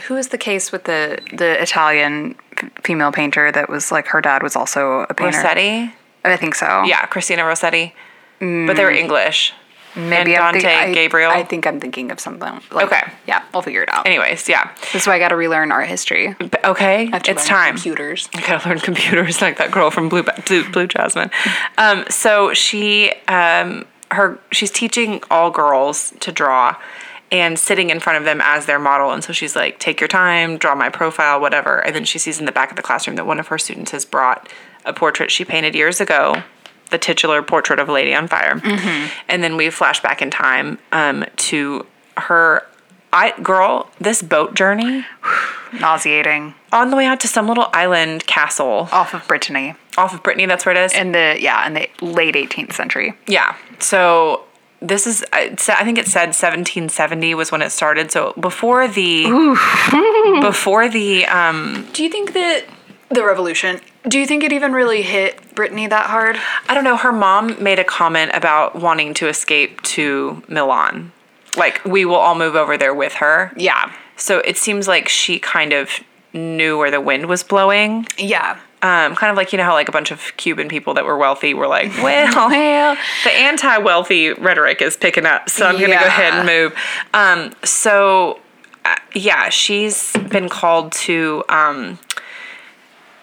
who is the case with the the Italian f- female painter that was like her dad was also a painter.
Rossetti,
I think so.
yeah, Christina Rossetti, but they were English.
Maybe
and
I'm
Dante
I-
Gabriel.
I think I'm thinking of something. Like,
Okay.
Yeah, we'll figure it out.
Anyways, yeah.
This is why I got to relearn art history.
But, okay,
I have to
it's
learn
time.
Computers.
I gotta learn computers like that girl from Blue Ba- Blue, Blue Jasmine. Um, so she um, her she's teaching all girls to draw and sitting in front of them as their model. And so she's like, "Take your time, draw my profile, whatever." And then she sees in the back of the classroom that one of her students has brought a portrait she painted years ago. The titular portrait of Lady on Fire, and then we flash back in time um, to her. I girl, this boat journey
Nauseating.
on the way out to some little island castle
Off of Brittany.
off of Brittany. That's where it is.
In the yeah, in the late 18th century.
yeah. So this is I it sa- I think it said 1770 was when it started. So before the before the um
Do you think that the revolution? Do you think it even really hit Brittany that hard?
I don't know. Her mom made a comment about wanting to escape to Milan. Like we will all move over there with her.
Yeah.
So it seems like she kind of knew where the wind was blowing.
Yeah.
Um, kind of like you know how like a bunch of Cuban people that were wealthy were like, well,
Well,
the anti-wealthy rhetoric is picking up so i'm gonna go
Yeah.
ahead and move um, so uh, yeah she's been called to um,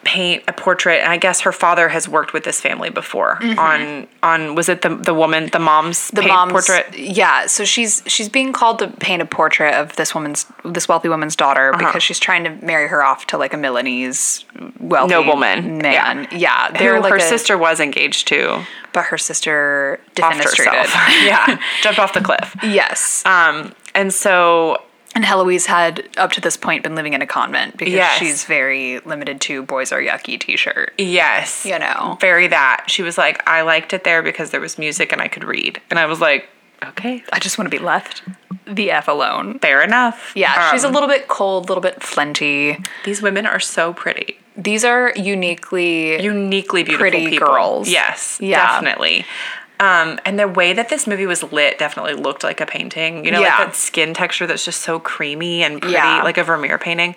paint a portrait and i guess her father has worked with this family before on on was it the, the woman the mom's
Mm-hmm. the
paint
mom's
portrait
Yeah, so she's she's being called to paint a portrait of this woman's this wealthy woman's daughter
Uh-huh.
because she's trying to marry her off to like a Milanese wealthy
Nobleman,
man. Yeah,
who
they're like
her
a-
sister was engaged to
but her sister
offed herself
defenestrated.
yeah jumped off the cliff
yes,
um, and so
and Heloise had up to this point been living in a convent because
Yes.
she's very limited to boys are yucky T-shirt.
yes
You know,
very that she was like i liked it there because there was music and i could read and i was like okay
I just want to be left the f alone.
Fair enough.
Yeah, she's a
Um,
little bit cold, a little bit flinty.
These women are so pretty,
These are uniquely
uniquely beautiful
Pretty
people.
girls.
Yes,
Yeah.
definitely. Um, and the way that this movie was lit definitely looked like a painting. You know,
Yeah.
like that skin texture that's just so creamy and pretty,
Yeah.
like a Vermeer painting.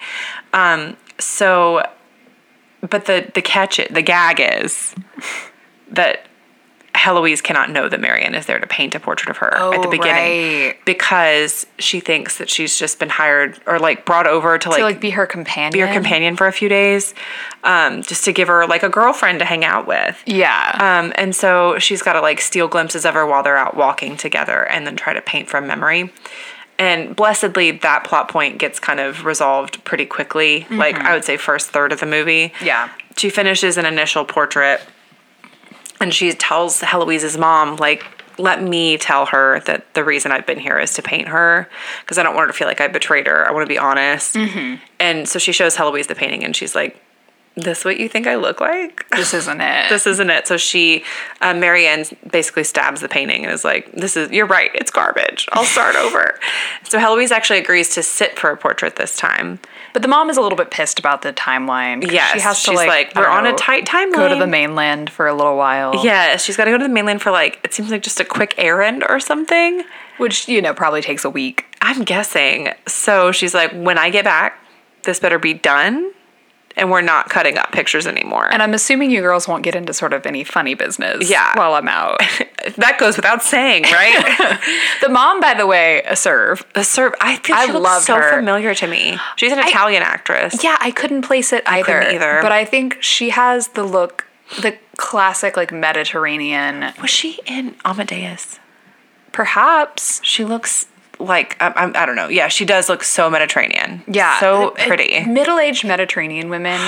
Um, so, but the the catch, it, the gag is that Heloise cannot know that Marianne is there to paint a portrait of her at the
Oh,
beginning
right.
because she thinks that she's just been hired or like brought over to like,
to like be her companion.
be her companion for a few days, um, just to give her like a girlfriend to hang out with.
Yeah.
Um, and so she's got to like steal glimpses of her while they're out walking together and then try to paint from memory. And blessedly, that plot point gets kind of resolved pretty quickly. Like, I would say, first third of the movie.
Mm-hmm. Yeah.
She finishes an initial portrait and she tells Heloise's mom, like, let me tell her that the reason I've been here is to paint her because I don't want her to feel like I betrayed her. I want to be honest.
Mm-hmm.
And so she shows Heloise the painting and she's like, this what you think I look like?
this isn't it.
this isn't it. So she, uh, Marianne basically stabs the painting and is like, this is, you're right, it's garbage. I'll start over. So Heloise actually agrees to sit for a portrait this time.
but the mom is a little bit pissed about the timeline. 'cause
Yes,
She has to
she's
like,
like,
I
"We're
don't
on a tight
Go to
timeline."
the mainland for a little while.
Yeah, she's got to go to the mainland for like, it seems like just a quick errand or something.
Which, you know, probably takes a week.
I'm guessing. So she's like, when I get back, this better be done and we're not cutting up pictures anymore.
And I'm assuming you girls won't get into sort of any funny business
Yeah.
while I'm out.
that goes without saying, right?
the mom, by the way, a serve.
the serve, I feel
I
she looks
loved
so
her.
familiar to me. She's an Italian actress.
Yeah, I couldn't place it either.
couldn't either.
But I think she has the look, the classic like Mediterranean,
Was she in Amadeus?
perhaps.
She looks like I, I, I don't know. Yeah, she does look so Mediterranean.
Yeah.
so
Uh,
pretty.
Middle aged Mediterranean women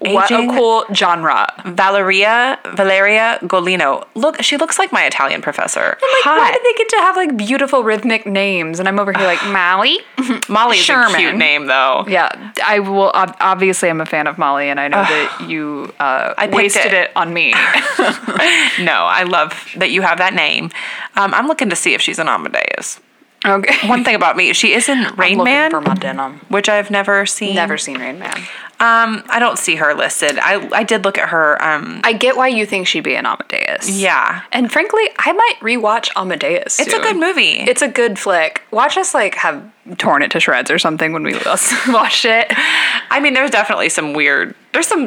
What a
Aging-
cool genre.
Valeria Valeria Golino. Look, she looks like my Italian professor.
Why
Hot.
did they get to have like beautiful rhythmic names? And I'm over here like Molly.
Molly's a cute
Sherman.
name though.
yeah, I will. ob- Obviously, I'm a fan of Molly, and I know that you uh,
picked
wasted
it.
it. on me.
No, I love that you have that name. Um, I'm looking to see if she's an Amadeus.
okay,
One thing about me, she is in Rain
looking
Man,
for my denim.
which I've never seen.
Never seen Rain Man.
Um, I don't see her listed. I I did look at her. Um,
I get why you think she'd be an Amadeus.
yeah,
And frankly, I might rewatch Amadeus.
it's a good
soon.
movie.
It's a good flick. Watch us like have torn it to shreds or something when we last watched it.
I mean, there's definitely some weird. There's some.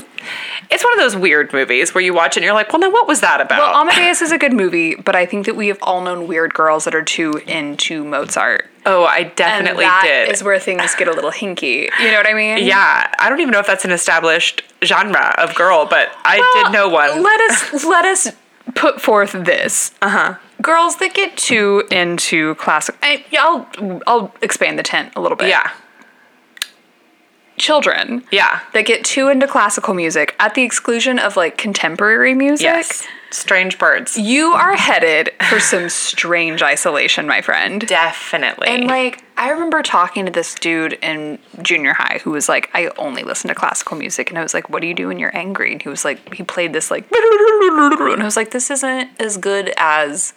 It's one of those weird movies where you watch it and you're like, well, now what was that about?
Well, um, Amadeus is a good movie, but I think that we have all known weird girls that are too into Mozart.
oh, I
And
definitely
that
did.
is where things get a little hinky. You know what I mean?
yeah, I don't even know if that's an established genre of girl, but I did know one.
Let us let us put forth this. Uh
Uh-huh.
huh. Girls that get too into classic. I, I'll I'll expand the tent a little bit.
yeah,
Children.
yeah,
That get too into classical music at the exclusion of like contemporary music.
yes. Strange birds.
You are headed for some strange isolation, my friend.
Definitely.
And like, I remember talking to this dude in junior high who was like, I only listen to classical music. And I was like, What do you do when you're angry? And he was like, He played this like, and I was like, This isn't as good as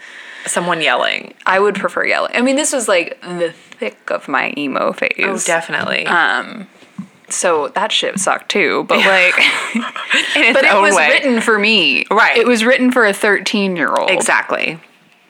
someone yelling.
I would prefer yelling. I mean, this was like the thick of my emo phase.
Oh, definitely.
uh, so that shit sucked too. But like,
In its
but it
own
was
way.
written for me.
Right.
It was written for a 13 year old.
Exactly.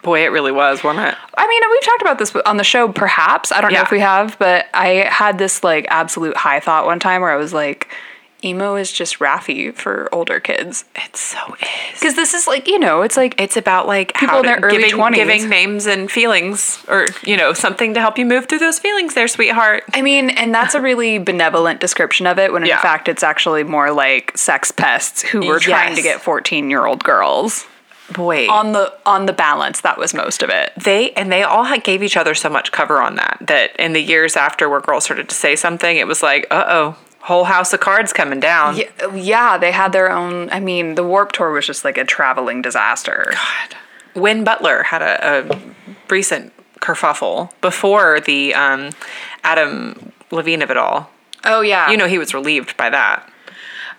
Boy, it really was, wasn't it?
I mean, we've talked about this on the show, perhaps. I don't
Yeah.
know if we have, but I had this like absolute high thought one time where I was like, emo is just Raffi for older kids.
It so is.
Because this is like, you know, it's like,
It's about like
People in
to-
their early
giving,
20s.
giving names and feelings, or you know, something to help you move through those feelings, there, sweetheart.
I mean, and that's a really benevolent description of it when in
Yeah.
fact it's actually more like sex pests who were trying to
Yes.
get 14 year old girls.
Boy,
On the on the balance, that was most of it.
Um, they and they all had, gave each other so much cover on that. That in the years after, where girls started to say something, it was like, uh oh, whole house of cards coming down.
Yeah, yeah, they had their own. I mean, the Warp Tour was just like a traveling disaster.
Win Butler had a, a recent kerfuffle before the um, Adam Levine of it all.
Oh yeah,
you know he was relieved by that.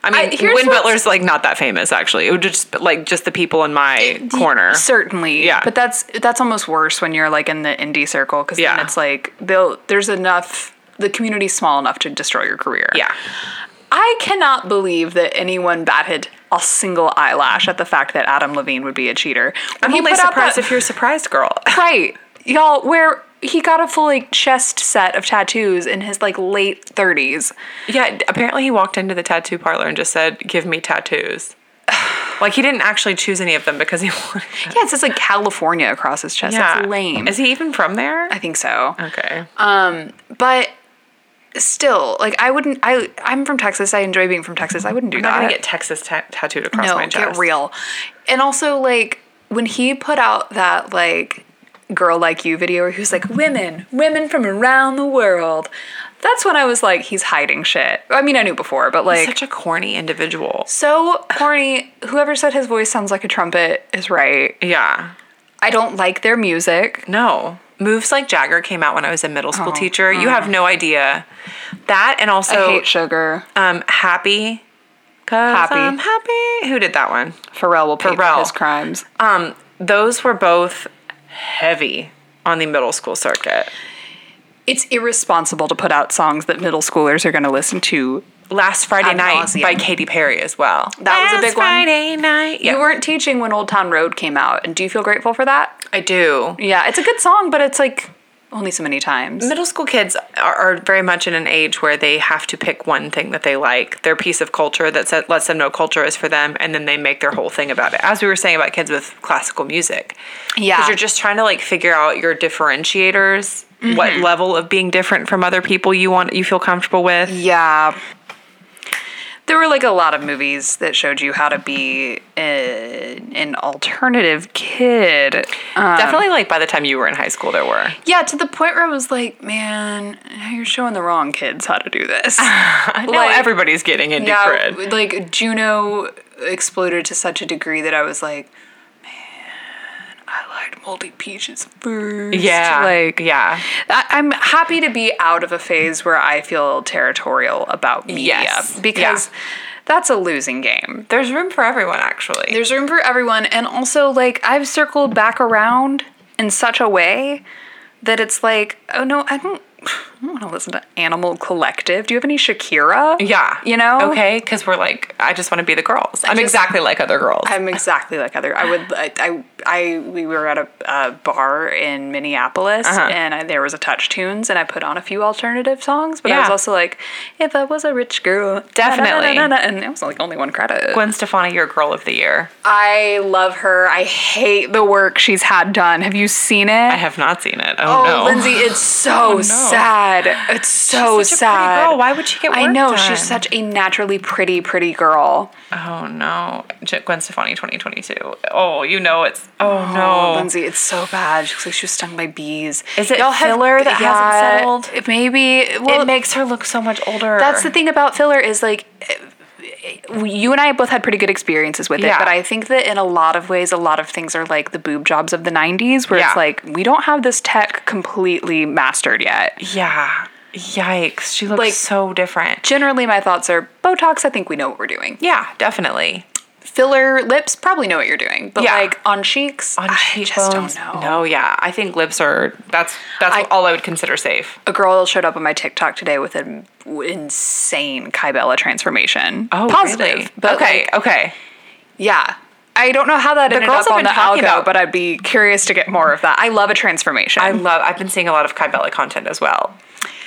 I mean,
here's
Win
what's-
Butler's like not that famous actually. It would just like just the people in my corner.
Certainly.
Yeah.
But that's that's almost worse when you're like in the indie circle because
Yeah.
then it's like they'll there's enough the community's small enough to destroy your career.
yeah,
I cannot believe that anyone batted a single eyelash at the fact that Adam Levine would be a cheater. When
I'm only
put out
surprised
that-
if you're surprised, girl.
right. Y'all, where he got a full like chest set of tattoos in his like late thirties.
yeah, apparently he walked into the tattoo parlor and just said, "Give me tattoos." like he didn't actually choose any of them because he wanted.
Yeah, it says like California across his chest. That's lame.
Is he even from there?
I think so.
Okay.
but still like i wouldn't i i'm from texas i enjoy being from texas i wouldn't do
I'm not
that
gonna get Texas ta- tattooed across
no
my chest.
get real and also like when he put out that like girl like you video where he was like women women from around the world that's when i was like he's hiding shit i mean i knew before but like
Such a corny individual.
so corny whoever said his voice sounds like a trumpet is right
Yeah.
i don't like their music
No. Moves Like Jagger came out when I was a middle school teacher. You have no idea. That and
i
also
hate sugar
um happy cuz
Happy.
I'm happy. Who did that one?
pharrell will pay
Pharrell.
for his crimes
Um those were both heavy on the middle school circuit.
it's irresponsible to put out songs that middle schoolers are going to listen to.
Last Friday
Ad
Night
nauseam.
by Katy Perry as well.
That was a
Last
big one.
Friday night. Yeah.
You weren't teaching when Old Town Road came out, and do you feel grateful for that?
I do.
Yeah, it's a good song, but it's like only so many times.
Middle school kids are, are very much in an age where they have to pick one thing that they like, their piece of culture that set, lets them know culture is for them, and then they make their whole thing about it. As we were saying about kids with classical music,
Yeah.
because you're just trying to like figure out your differentiators, what level of being different from other people you want, you feel comfortable with.
yeah. there were like a lot of movies that showed you how to be a, an alternative kid. Um,
Definitely, like by the time you were in high school, there were.
yeah, to the point where I was like, man, you're showing the wrong kids how to do this.
No,
Like-
everybody's getting into
yeah,
cred.
like Juno exploded to such a degree that I was like, man, I liked moldy peaches first.
Yeah,
like
yeah,
I- I'm happy to be out of a phase where I feel territorial about media
Yes.
because
Yeah.
that's a losing game.
there's room for everyone actually.
There's room for everyone, and also like I've circled back around in such a way that it's like, oh no, I don't. I don't want to listen to Animal Collective. Do you have any Shakira?
yeah,
You know?
okay, because we're like, I just want to be the girls. I'm
just-
exactly like other girls.
I'm exactly like other. I would. I. I. I we were at a uh, bar in Minneapolis,
Uh-huh.
and I, there was a Touch Tunes, and I put on a few alternative songs. But I was
Yeah.
also like, if I was a rich girl,
Definitely.
na-na-na-na-na-na, and it was like only one credit.
Gwen Stefani, your girl of the year.
I love her. I hate the work she's had done. Have you seen it?
I have not seen it.
Oh,
Oh, no. Oh,
Lindsay, it's so sad. It's so
She's such a pretty
sad.
girl. Why would she get
I
work
know
done?
she's such a naturally pretty, pretty girl.
Oh no, J- Gwen Stefani 2022. Oh, you know it's. Oh,
Oh,
no,
Lindsay, it's so bad. She looks like she was stung by bees.
Is it
have-
filler that hasn't settled?
It maybe. Well,
it makes her look so much older.
that's the thing about filler is like you and I both had pretty good experiences with it,
Yeah.
but I think that in a lot of ways, a lot of things are like the boob jobs of the '90s, where
Yeah.
it's like we don't have this tech completely mastered yet.
Yeah. Yikes. She looks
Like-
so different.
Generally, my thoughts are Botox. I think we know what we're doing.
Yeah, definitely.
Filler lips, probably know what you're doing, but
Yeah.
like on cheeks,
On
I
cheekbones.
just don't know.
No, yeah. I think lips are that's that's
I-
all I would consider safe.
a girl showed up on my TikTok today with an insane Kybella transformation.
Oh,
positive.
really?
But
okay,
like,
okay.
yeah. I don't know how that ended
girls
up
have
on
been
the algo,
talking about-
but I'd be curious to get more of that. I love a transformation.
I love I've been seeing a lot of Kybella content as well.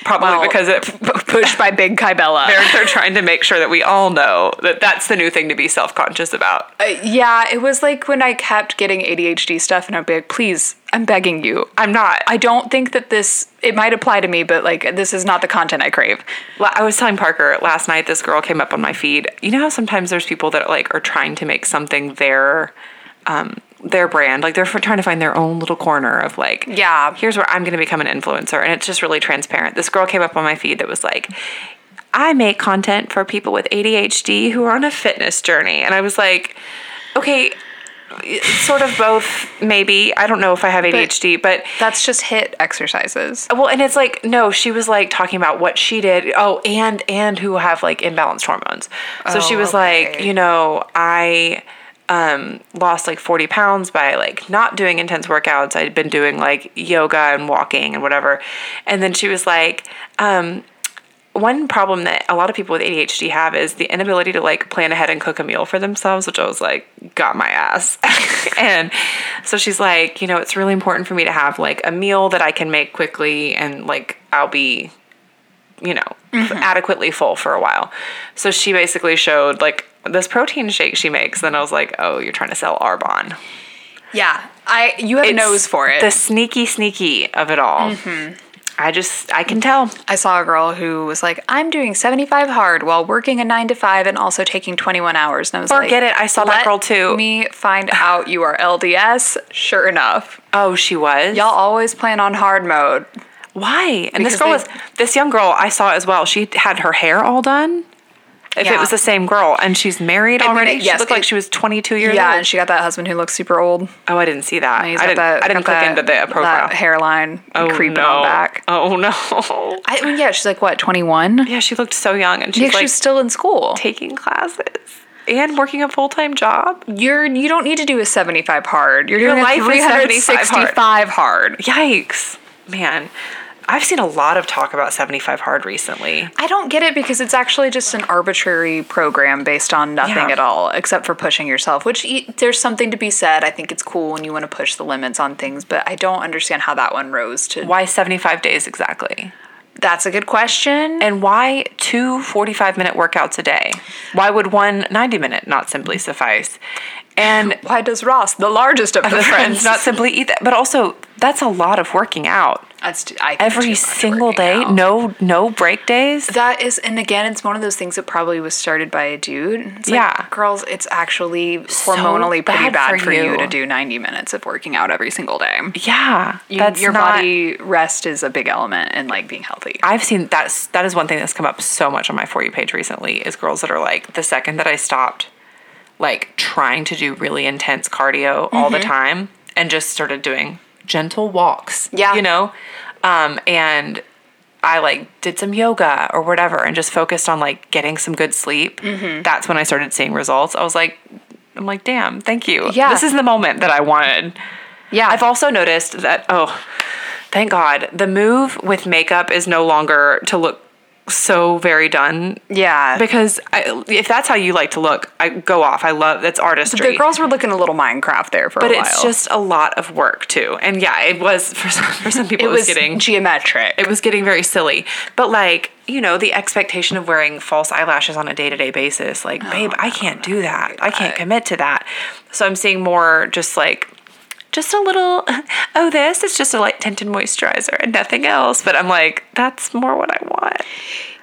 Probably
Well,
because it
pushed by big Kybella.
they're, they're trying to make sure that we all know that that's the new thing to be self-conscious about.
Uh, yeah, it was like when I kept getting ADHD stuff, and I'd be like, "Please, I'm begging you."
I'm not.
I don't think that this it might apply to me, but like this is not the content I crave.
La- I was telling Parker last night. This girl came up on my feed. You know how sometimes there's people that like are trying to make something their, um, their brand. Like they're f- trying to find their own little corner of like,
Yeah.
here's where I'm going to become an influencer, and it's just really transparent. This girl came up on my feed that was like. I make content for people with ADHD who are on a fitness journey. And I was like, okay, it's sort of both, maybe. I don't know if I have ADHD, but
That's just hit exercises.
well, and it's like no, she was like talking about what she did. Oh, and and who have like imbalanced hormones. So she
Oh,
was like,
okay.
you know, I um lost like 40 pounds by like not doing intense workouts. I'd been doing like yoga and walking and whatever. And then she was like, um one problem that a lot of people with ADHD have is the inability to like plan ahead and cook a meal for themselves, which I was like, got my ass. and so she's like, you know, it's really important for me to have like a meal that I can make quickly and like I'll be, you know,
Mm-hmm.
adequately full for a while. So she basically showed like this protein shake she makes. Then I was like, oh, you're trying to sell Arbonne.
Yeah, I you have nose for it. Mm-hmm.
The sneaky, sneaky of it all. I just, I can tell.
I saw a girl who was like, I'm doing 75 hard while working a nine to five and also taking 21 hours. And I was
Forget
like,
it. I saw that
"Let
girl too.
me find out you are LDS. Sure enough.
oh, she was.
Y'all always plan on hard mode.
Why? And this
Because
girl was
they-
this young girl I saw as well. She had her hair all done. If it
Yeah.
was the same girl and she's married already,
it-
she
yes,
looked
it-
like she was 22 years
yeah,
old.
and she got that husband who looks super old.
oh, I didn't see that. I
He's got
didn't,
that,
I didn't
got
click into the uh,
that
profile.
hairline
oh,
creeping
no.
on back.
Oh no.
I mean, yeah, she's like, what, 21?
Yeah, she looked so young and
She's
she's like
still in school.
taking classes and working a full time job.
You're you don't need to do a 75 hard. You're doing
life
a
is
365 hard.
Yikes, man. I've seen a lot of talk about 75 hard recently.
I don't get it because it's actually just an arbitrary program based on nothing
Yeah.
at all except for pushing yourself, which e- there's something to be said. I think it's cool when you want to push the limits on things, but I don't understand how that one rose to.
Why 75 days exactly?
That's a good question.
And why two 45 minute workouts a day? Why would one 90 minute not simply suffice? And
Why does Ross, the largest of the
the friends
friends,
not simply eat that. But also, that's a lot of working out.
That's I think too
Every
much
single
working
day,
out.
no no break days.
That is, and again, it's one of those things that probably was started by a dude. It's like,
Yeah.
girls, it's actually hormonally pretty
bad
bad for,
for
you.
you.
to do 90 minutes of working out every single day.
Yeah,
You,
that's
your
not-
body rest is a big element in like being healthy.
I've seen that's that is one thing that's come up so much on my for you page recently is girls that are like the second that I stopped like trying to do really intense cardio all
Mm-hmm.
the time and just started doing gentle walks.
Yeah.
You know? Um and I like did some yoga or whatever and just focused on like getting some good sleep.
Mm-hmm.
That's when I started seeing results. I was like I'm like, damn, thank you.
Yeah.
This is the moment that I wanted.
Yeah,
I've also noticed that, oh, thank God, the move with makeup is no longer to look so very done.
yeah.
Because I, if that's how you like to look, I go off. I love that's artistry.
the girls were looking a little Minecraft there for
but
a while.
it's just a lot of work too. And yeah, it was for some, for some people
it was
getting
geometric.
it was getting very silly. But like, you know, the expectation of wearing false eyelashes on a day-to-day basis, like, babe, I can't do that. I can't commit to that. So I'm seeing more just like just a little oh this is just a light tint and moisturizer and nothing else but i'm like that's more what i want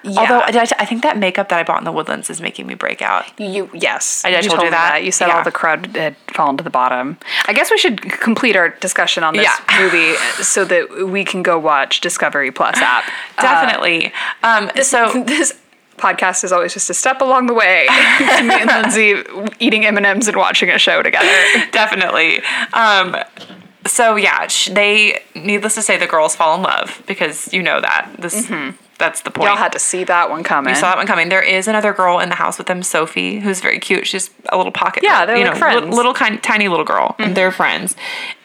although I, did I t- I think that makeup that i bought in the woodlands is making me break out
You yes, I
did
you
told you
me
that.
You said
Yeah.
all the crowd had fallen to the bottom. I guess we should complete our discussion on this
Yeah.
movie so that we can go watch Discovery Plus app.
Uh, definitely um so
this podcast is always just a step along the way to me and Lindsay eating M and M's and watching a show together.
definitely. Um, so yeah, sh- they needless to say the girls fall in love because you know that this that's the point.
Mm-hmm. Y'all had to see that one coming.
I saw that one coming. There is another girl in the house with them, Sophie, who's very cute. She's a little pocket.
Yeah, they're
you
like
know,
friends. Mm-hmm.
li- little kind, tiny little girl. And they're friends,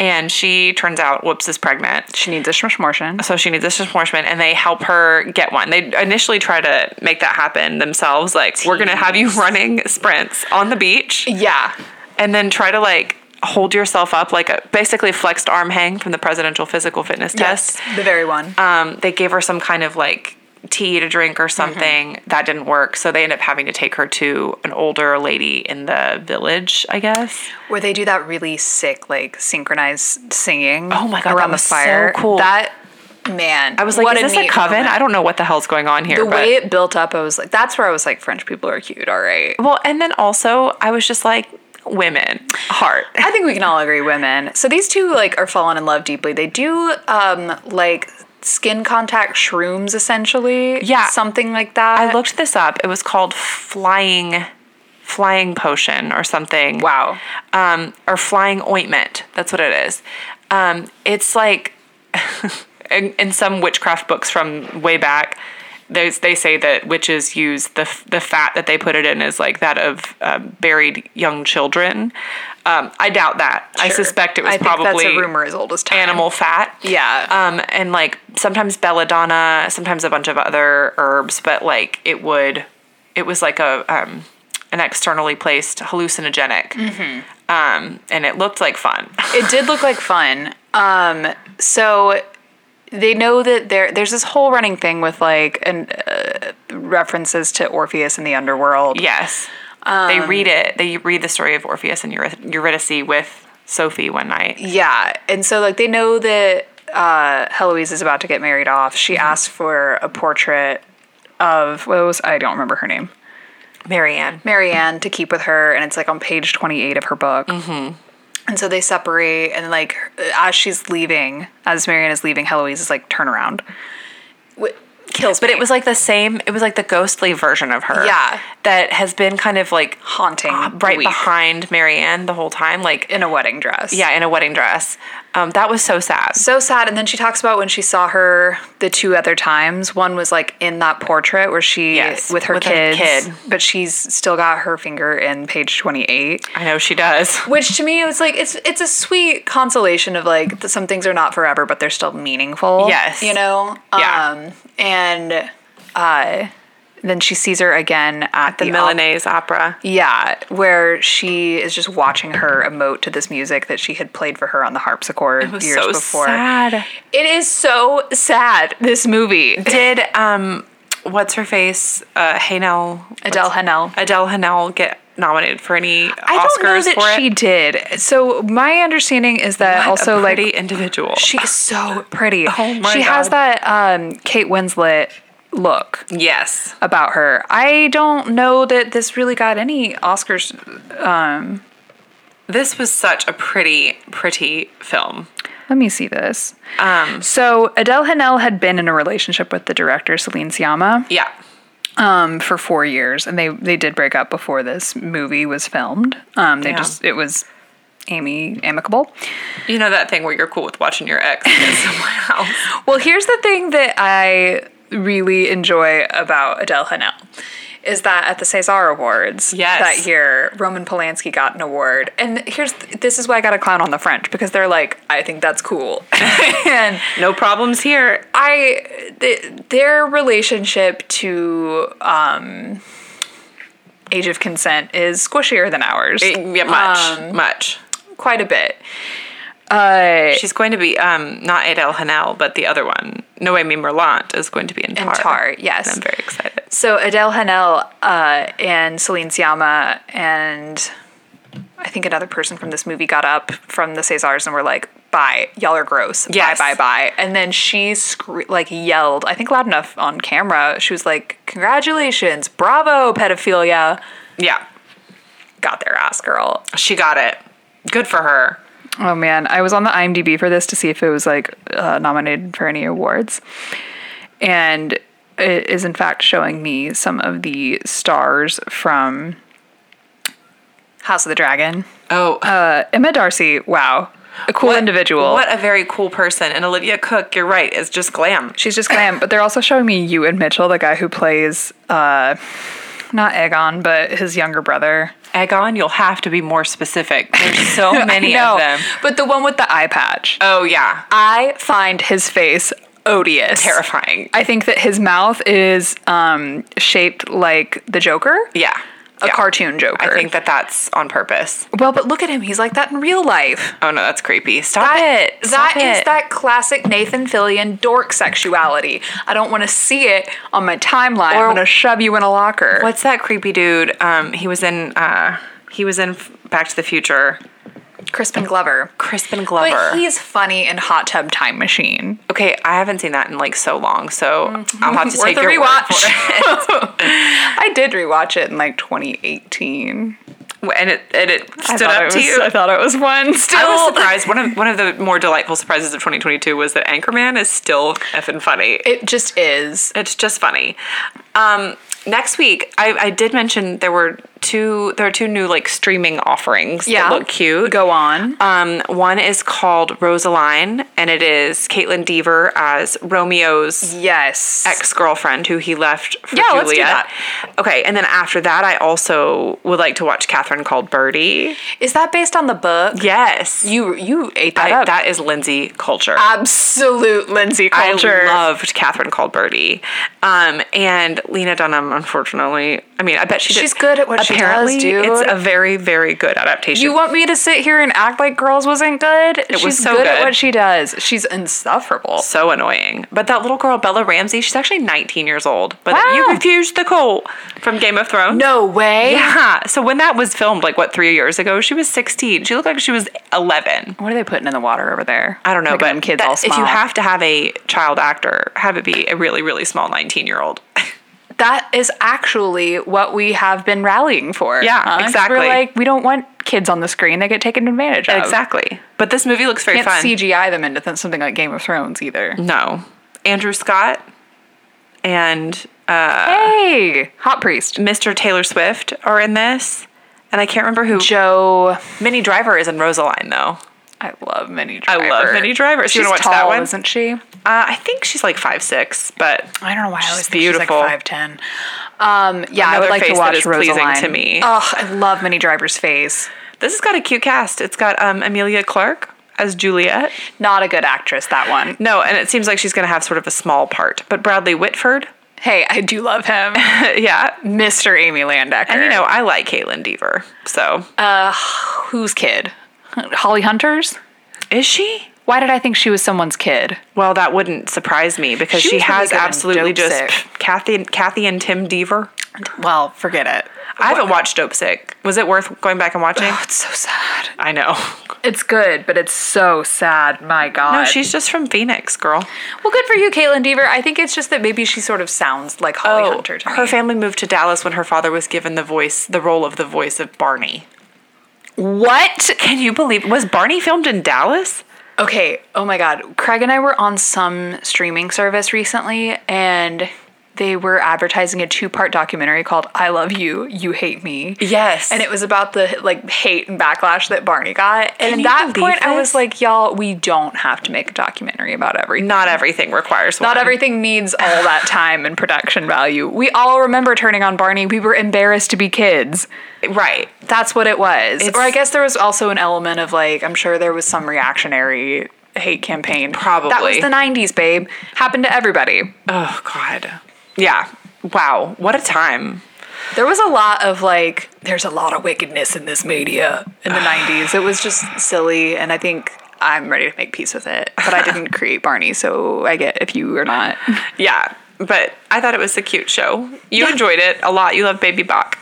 and she turns out whoops is pregnant.
she needs a schmorshmortion.
So she needs a disproportionment, and they help her get one. They initially try to make that happen themselves. Like we're gonna have you running sprints on the beach
Yeah,
and then try to like hold yourself up like a basically flexed arm hang from the presidential physical fitness test.
the very one.
Um, they gave her some kind of like tea to drink or something
Mm-hmm.
that didn't work, so they end up having to take her to an older lady in the village, I guess.
where they do that really sick like synchronized singing
Oh my God, that
around
was
the
so
fire
cool.
that man
I was like,
what
is this a
neat
coven?
moment.
I don't know what the hell's going on here.
the
but
way it built up i was like that's where i was like french people are cute all right
well, and then also I was just like, women heart.
i think we can all agree women so these two like are falling in love deeply they do um like skin contact shrooms essentially
Yeah.
something like that
I looked this up. It was called flying, flying potion or something.
wow
um, or flying ointment. That's what it is. Um, it's like in, in some witchcraft books from way back. There's, they say that witches use the f- the fat that they put it in is like that of um, buried young children. Um, I doubt that. I
Sure.
suspect it was
I think
probably
that's a rumor as old as time
animal fat.
Yeah.
Um, and like sometimes belladonna, sometimes a bunch of other herbs, but like it would, it was like a um, an externally placed hallucinogenic. Um, and it looked like fun.
it did look like fun. Um, so they know that there there's this whole running thing with like and uh, references to Orpheus in the underworld.
yes. they read it. They read the story of Orpheus and Eury- Eurydice with Sophie one night.
Yeah, and so like they know that uh, Heloise is about to get married off. She asked for a portrait of what was I don't remember her name.
Marianne.
Marianne to keep with her, and it's like on page 28 of her book. Mm-hmm. And so they separate, and like as she's leaving, as Marianne is leaving, Heloise is like, turn around. Wh- kills,
But it was like the same. It was like the ghostly version of her.
Yeah.
That has been kind of like
haunting
right
weep
behind Marianne the whole time. Like
Ah, in a wedding dress.
yeah, in a wedding dress. Um, that was so sad.
So sad. And then she talks about when she saw her the two other times. One was like in that portrait where she
Yes,
with her
with her
kids,
kid.
but she's still got her finger in page 28.
I know she does.
Which to me was like it's it's a sweet consolation of like that some things are not forever but they're still meaningful.
Yes.
You know?
Yeah.
Um and uh then she sees her again at the,
The
op-
Milanese opera.
Yeah, where she is just watching her emote to this music that she had played for her on the harpsichord years
so
before.
sad.
It is so sad. This movie,
Did um, what's her face? Uh, Hanel
Adele Hanel.
Adele Hanel get nominated for any Oscars
I don't know
for
that
it.
she did. So my understanding is that
What a
also like
pretty individual.
she is so pretty.
Oh my
she has
God.
that um, Kate Winslet look
yes,
about her. I don't know that this really got any Oscars.
this was such a pretty, pretty film.
Let me see this.
Um,
So Adele Hanel had been in a relationship with the director Celine Sciamma
yeah,
um, for four years, and they they did break up before this movie was filmed. Um, they
Damn.
just it was amy amicable
you know that thing where you're cool with watching your ex get somewhere else.
well here's the thing that i really enjoy about adele hanel is that at the cesar awards
Yes.
that year roman polanski got an award and here's this is why i got a clown on the french because they're like i think that's cool and
No problems here.
I th- their relationship to um, age of consent is squishier than ours,
Yeah, much,
Um,
much.
quite a bit. Uh,
She's going to be um, not Adele Hanel, but the other one, Noemi Merlant, is going to be in Tar.
Tar, yes.
I'm very excited.
so Adele Hanel uh, and Celine Sciamma and I think another person from this movie got up from the Cesars and were like, "Bye, y'all are gross.
Yes.
Bye, bye, bye." And then she scre- like yelled, I think loud enough on camera. She was like, "Congratulations, bravo, pedophilia."
Yeah,
Got their ass, girl.
she got it. Good for her.
Oh man, I was on the IMDb for this to see if it was like uh, nominated for any awards, and it is in fact showing me some of the stars from House of the Dragon.
Oh,
Uh, Emma Darcy, wow, a cool individual.
what a very cool person. And Olivia Cook, you're right, is just glam.
She's just glam, but they're also showing me Ewan Mitchell, the guy who plays uh, not Egon, but his younger brother.
Egon, you'll have to be more specific. There's so many
No,
of them.
but the one with the eye patch.
Oh yeah,
I find his face odious,
terrifying.
I think that his mouth is um, shaped like the Joker,
yeah,
a
Yeah.
cartoon Joker.
I think that that's on purpose.
Well, but look at him; he's like that in real life.
Oh no, that's creepy. Stop
That
it.
is
Stop it.
that classic Nathan Fillion dork sexuality. I don't want to see it on my timeline.
Or-
I'm gonna shove you in a locker.
What's that creepy dude? Um, he was in. Uh, he was in Back to the Future.
Crispin Glover?
Crispin
But
Glover.
he's funny in Hot Tub Time Machine.
Okay, I haven't seen that in like so long, so I'll have to
Mm-hmm. Worth
take
a
your rewatch.
rewatch. I did rewatch it in like 2018.
And it and it
I
stood
thought
up
it was,
to you.
I thought it was one. Still,
I was surprised. One of one of the more delightful surprises of 2022 was that Anchorman is still effing funny.
It just is.
It's just funny. Um, next week, I, I did mention there were two. There are two new like streaming offerings
Yeah.
that look cute.
Go on.
Um, one is called Rosaline, and it is Caitlin Deaver as Romeo's
Yes.
ex girlfriend who he left for
Yeah,
Juliet.
let's do that.
Okay, and then after that, I also would like to watch Catherine called Birdie.
Is that based on the book?
Yes,
You you ate that
I,
up.
that is Lindsay Culture.
absolute Lindsay culture.
I loved Catherine called Birdie. Um, and Lena Dunham, unfortunately, I mean, I bet she did-
She's good at what she does,
apparently,
dude.
It's a very, very good adaptation.
you want me to sit here and act like Girls wasn't good? It She's
was so
at
good.
what she does. She's insufferable.
so annoying. But that little girl, Bella Ramsey, she's actually 19 years old. But
Wow.
you refused the call from Game of Thrones.
No way.
Yeah. So when that was filmed, like what, three years ago, she was 16. She looked like she was 11.
What are they putting in the water over there?
I don't know,
Making
but
them kids
that-
all smile.
if you have to have a child actor, have it be a really, really small 19 year old.
that is actually what we have been rallying for.
Yeah,
huh? 'Cause We're
exactly.
like we don't want kids on the screen. They get taken advantage of.
exactly. Um, But this movie looks very
Can't
fun.
CGI them into th- something like Game of Thrones either.
no. Andrew Scott and
hey, Hot Priest.
Mr. Taylor Swift are in this. And I can't remember who.
Joe.
Minnie Driver is in Rosaline, though.
I love Minnie
love
Driver.
Minnie Driver. So
She's
you wanna watch
tall,
that one?
isn't she?
Uh, I think she's like five six, but
I don't know why I always
beautiful.
think she's like 5'10". Um, yeah, I
Another
would like to
face that
watch
is pleasing
Rosaline.
to me.
Ugh, I love Minnie Driver's face.
this has got a cute cast. It's got um, Amelia Clark as Juliet.
Not a good actress, that one.
No, and it seems like she's going to have sort of a small part. But Bradley Whitford, Uh,
Hey, I do love him.
yeah,
Mr. Amy Landecker.
and you know I like Caitlin Deaver. So
Uh, Whose kid? Holly Hunter's?
is she?
Why did I think she was someone's kid?
Well, that wouldn't surprise me because
She
she,
was really
has
good in
absolutely
Dope
just
Sick.
Kathy, Kathy and Tim Deaver.
Well, forget it.
I haven't watched Dope Sick. Was it worth going back and watching?
Oh, It's so sad.
I know.
It's good, but it's so sad. My God.
No, she's just from Phoenix, girl.
well. Good for you, Caitlin Deaver. I think it's just that maybe she sort of sounds like Holly
Oh,
Hunter to
her
me.
family moved to Dallas when her father was given the voice, the role of the voice of Barney.
What?
Can you believe? Was Barney filmed in Dallas?
Okay. Oh my God. Craig and I were on some streaming service recently, and they were advertising a two-part documentary called "I Love You, You Hate Me."
Yes.
And it was about the like hate and backlash that Barney got. And at
you
that
believe
point, I
this?
was like, "Y'all, we don't have to make a documentary about everything."
Not everything requires
Not
one.
everything needs all that time and production value. We all remember turning on Barney. We were embarrassed to be kids.
Right.
That's what it was.
It's-
or I guess there was also an element of like, I'm sure there was some reactionary hate campaign. That was
Probably.
the 90s, babe. Happened to everybody.
Oh, God. Yeah. Wow. What a time.
There was a lot of like, there's a lot of wickedness in this media in the 90s. It was just silly. And I think. I'm ready to make peace with it, but I didn't create Barney, so I get if you are not.
Yeah. But I thought it was a cute show. You enjoyed it a lot. You love Baby Bach.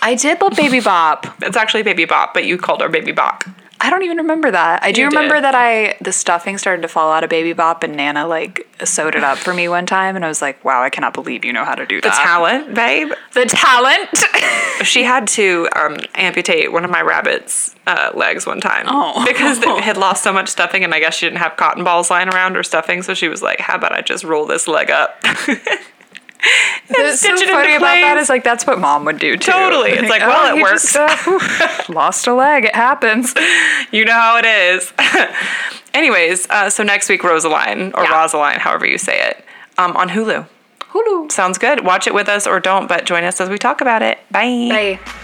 I did love Baby Bop.
It's actually Baby Bop, but you called her Baby Bach.
I don't even remember that. I do
You
remember
did.
that I the stuffing started to fall out of Baby Bop and Nana like sewed it up for me one time and I was like, "Wow, I cannot believe you know how to do
The
that."
talent, babe.
the talent.
She had to um, amputate one of my rabbit's uh, legs one time
Oh.
because it had lost so much stuffing, and I guess she didn't have cotton balls lying around or stuffing, so she was like, "How about I just roll this leg up?"
That's so
stitch it into
funny about that
place.
is like that's what mom would do too. oh,
Totally. It's like, well, it
you just, uh, lost a leg. It happens.
you know how it is. Anyways, uh, so next week, Rosaline or
Yeah.
Rosaline, however you say it, um, on Hulu.
Hulu.
Sounds good. Watch it with us or don't, but join us as we talk about it. Bye.
Bye.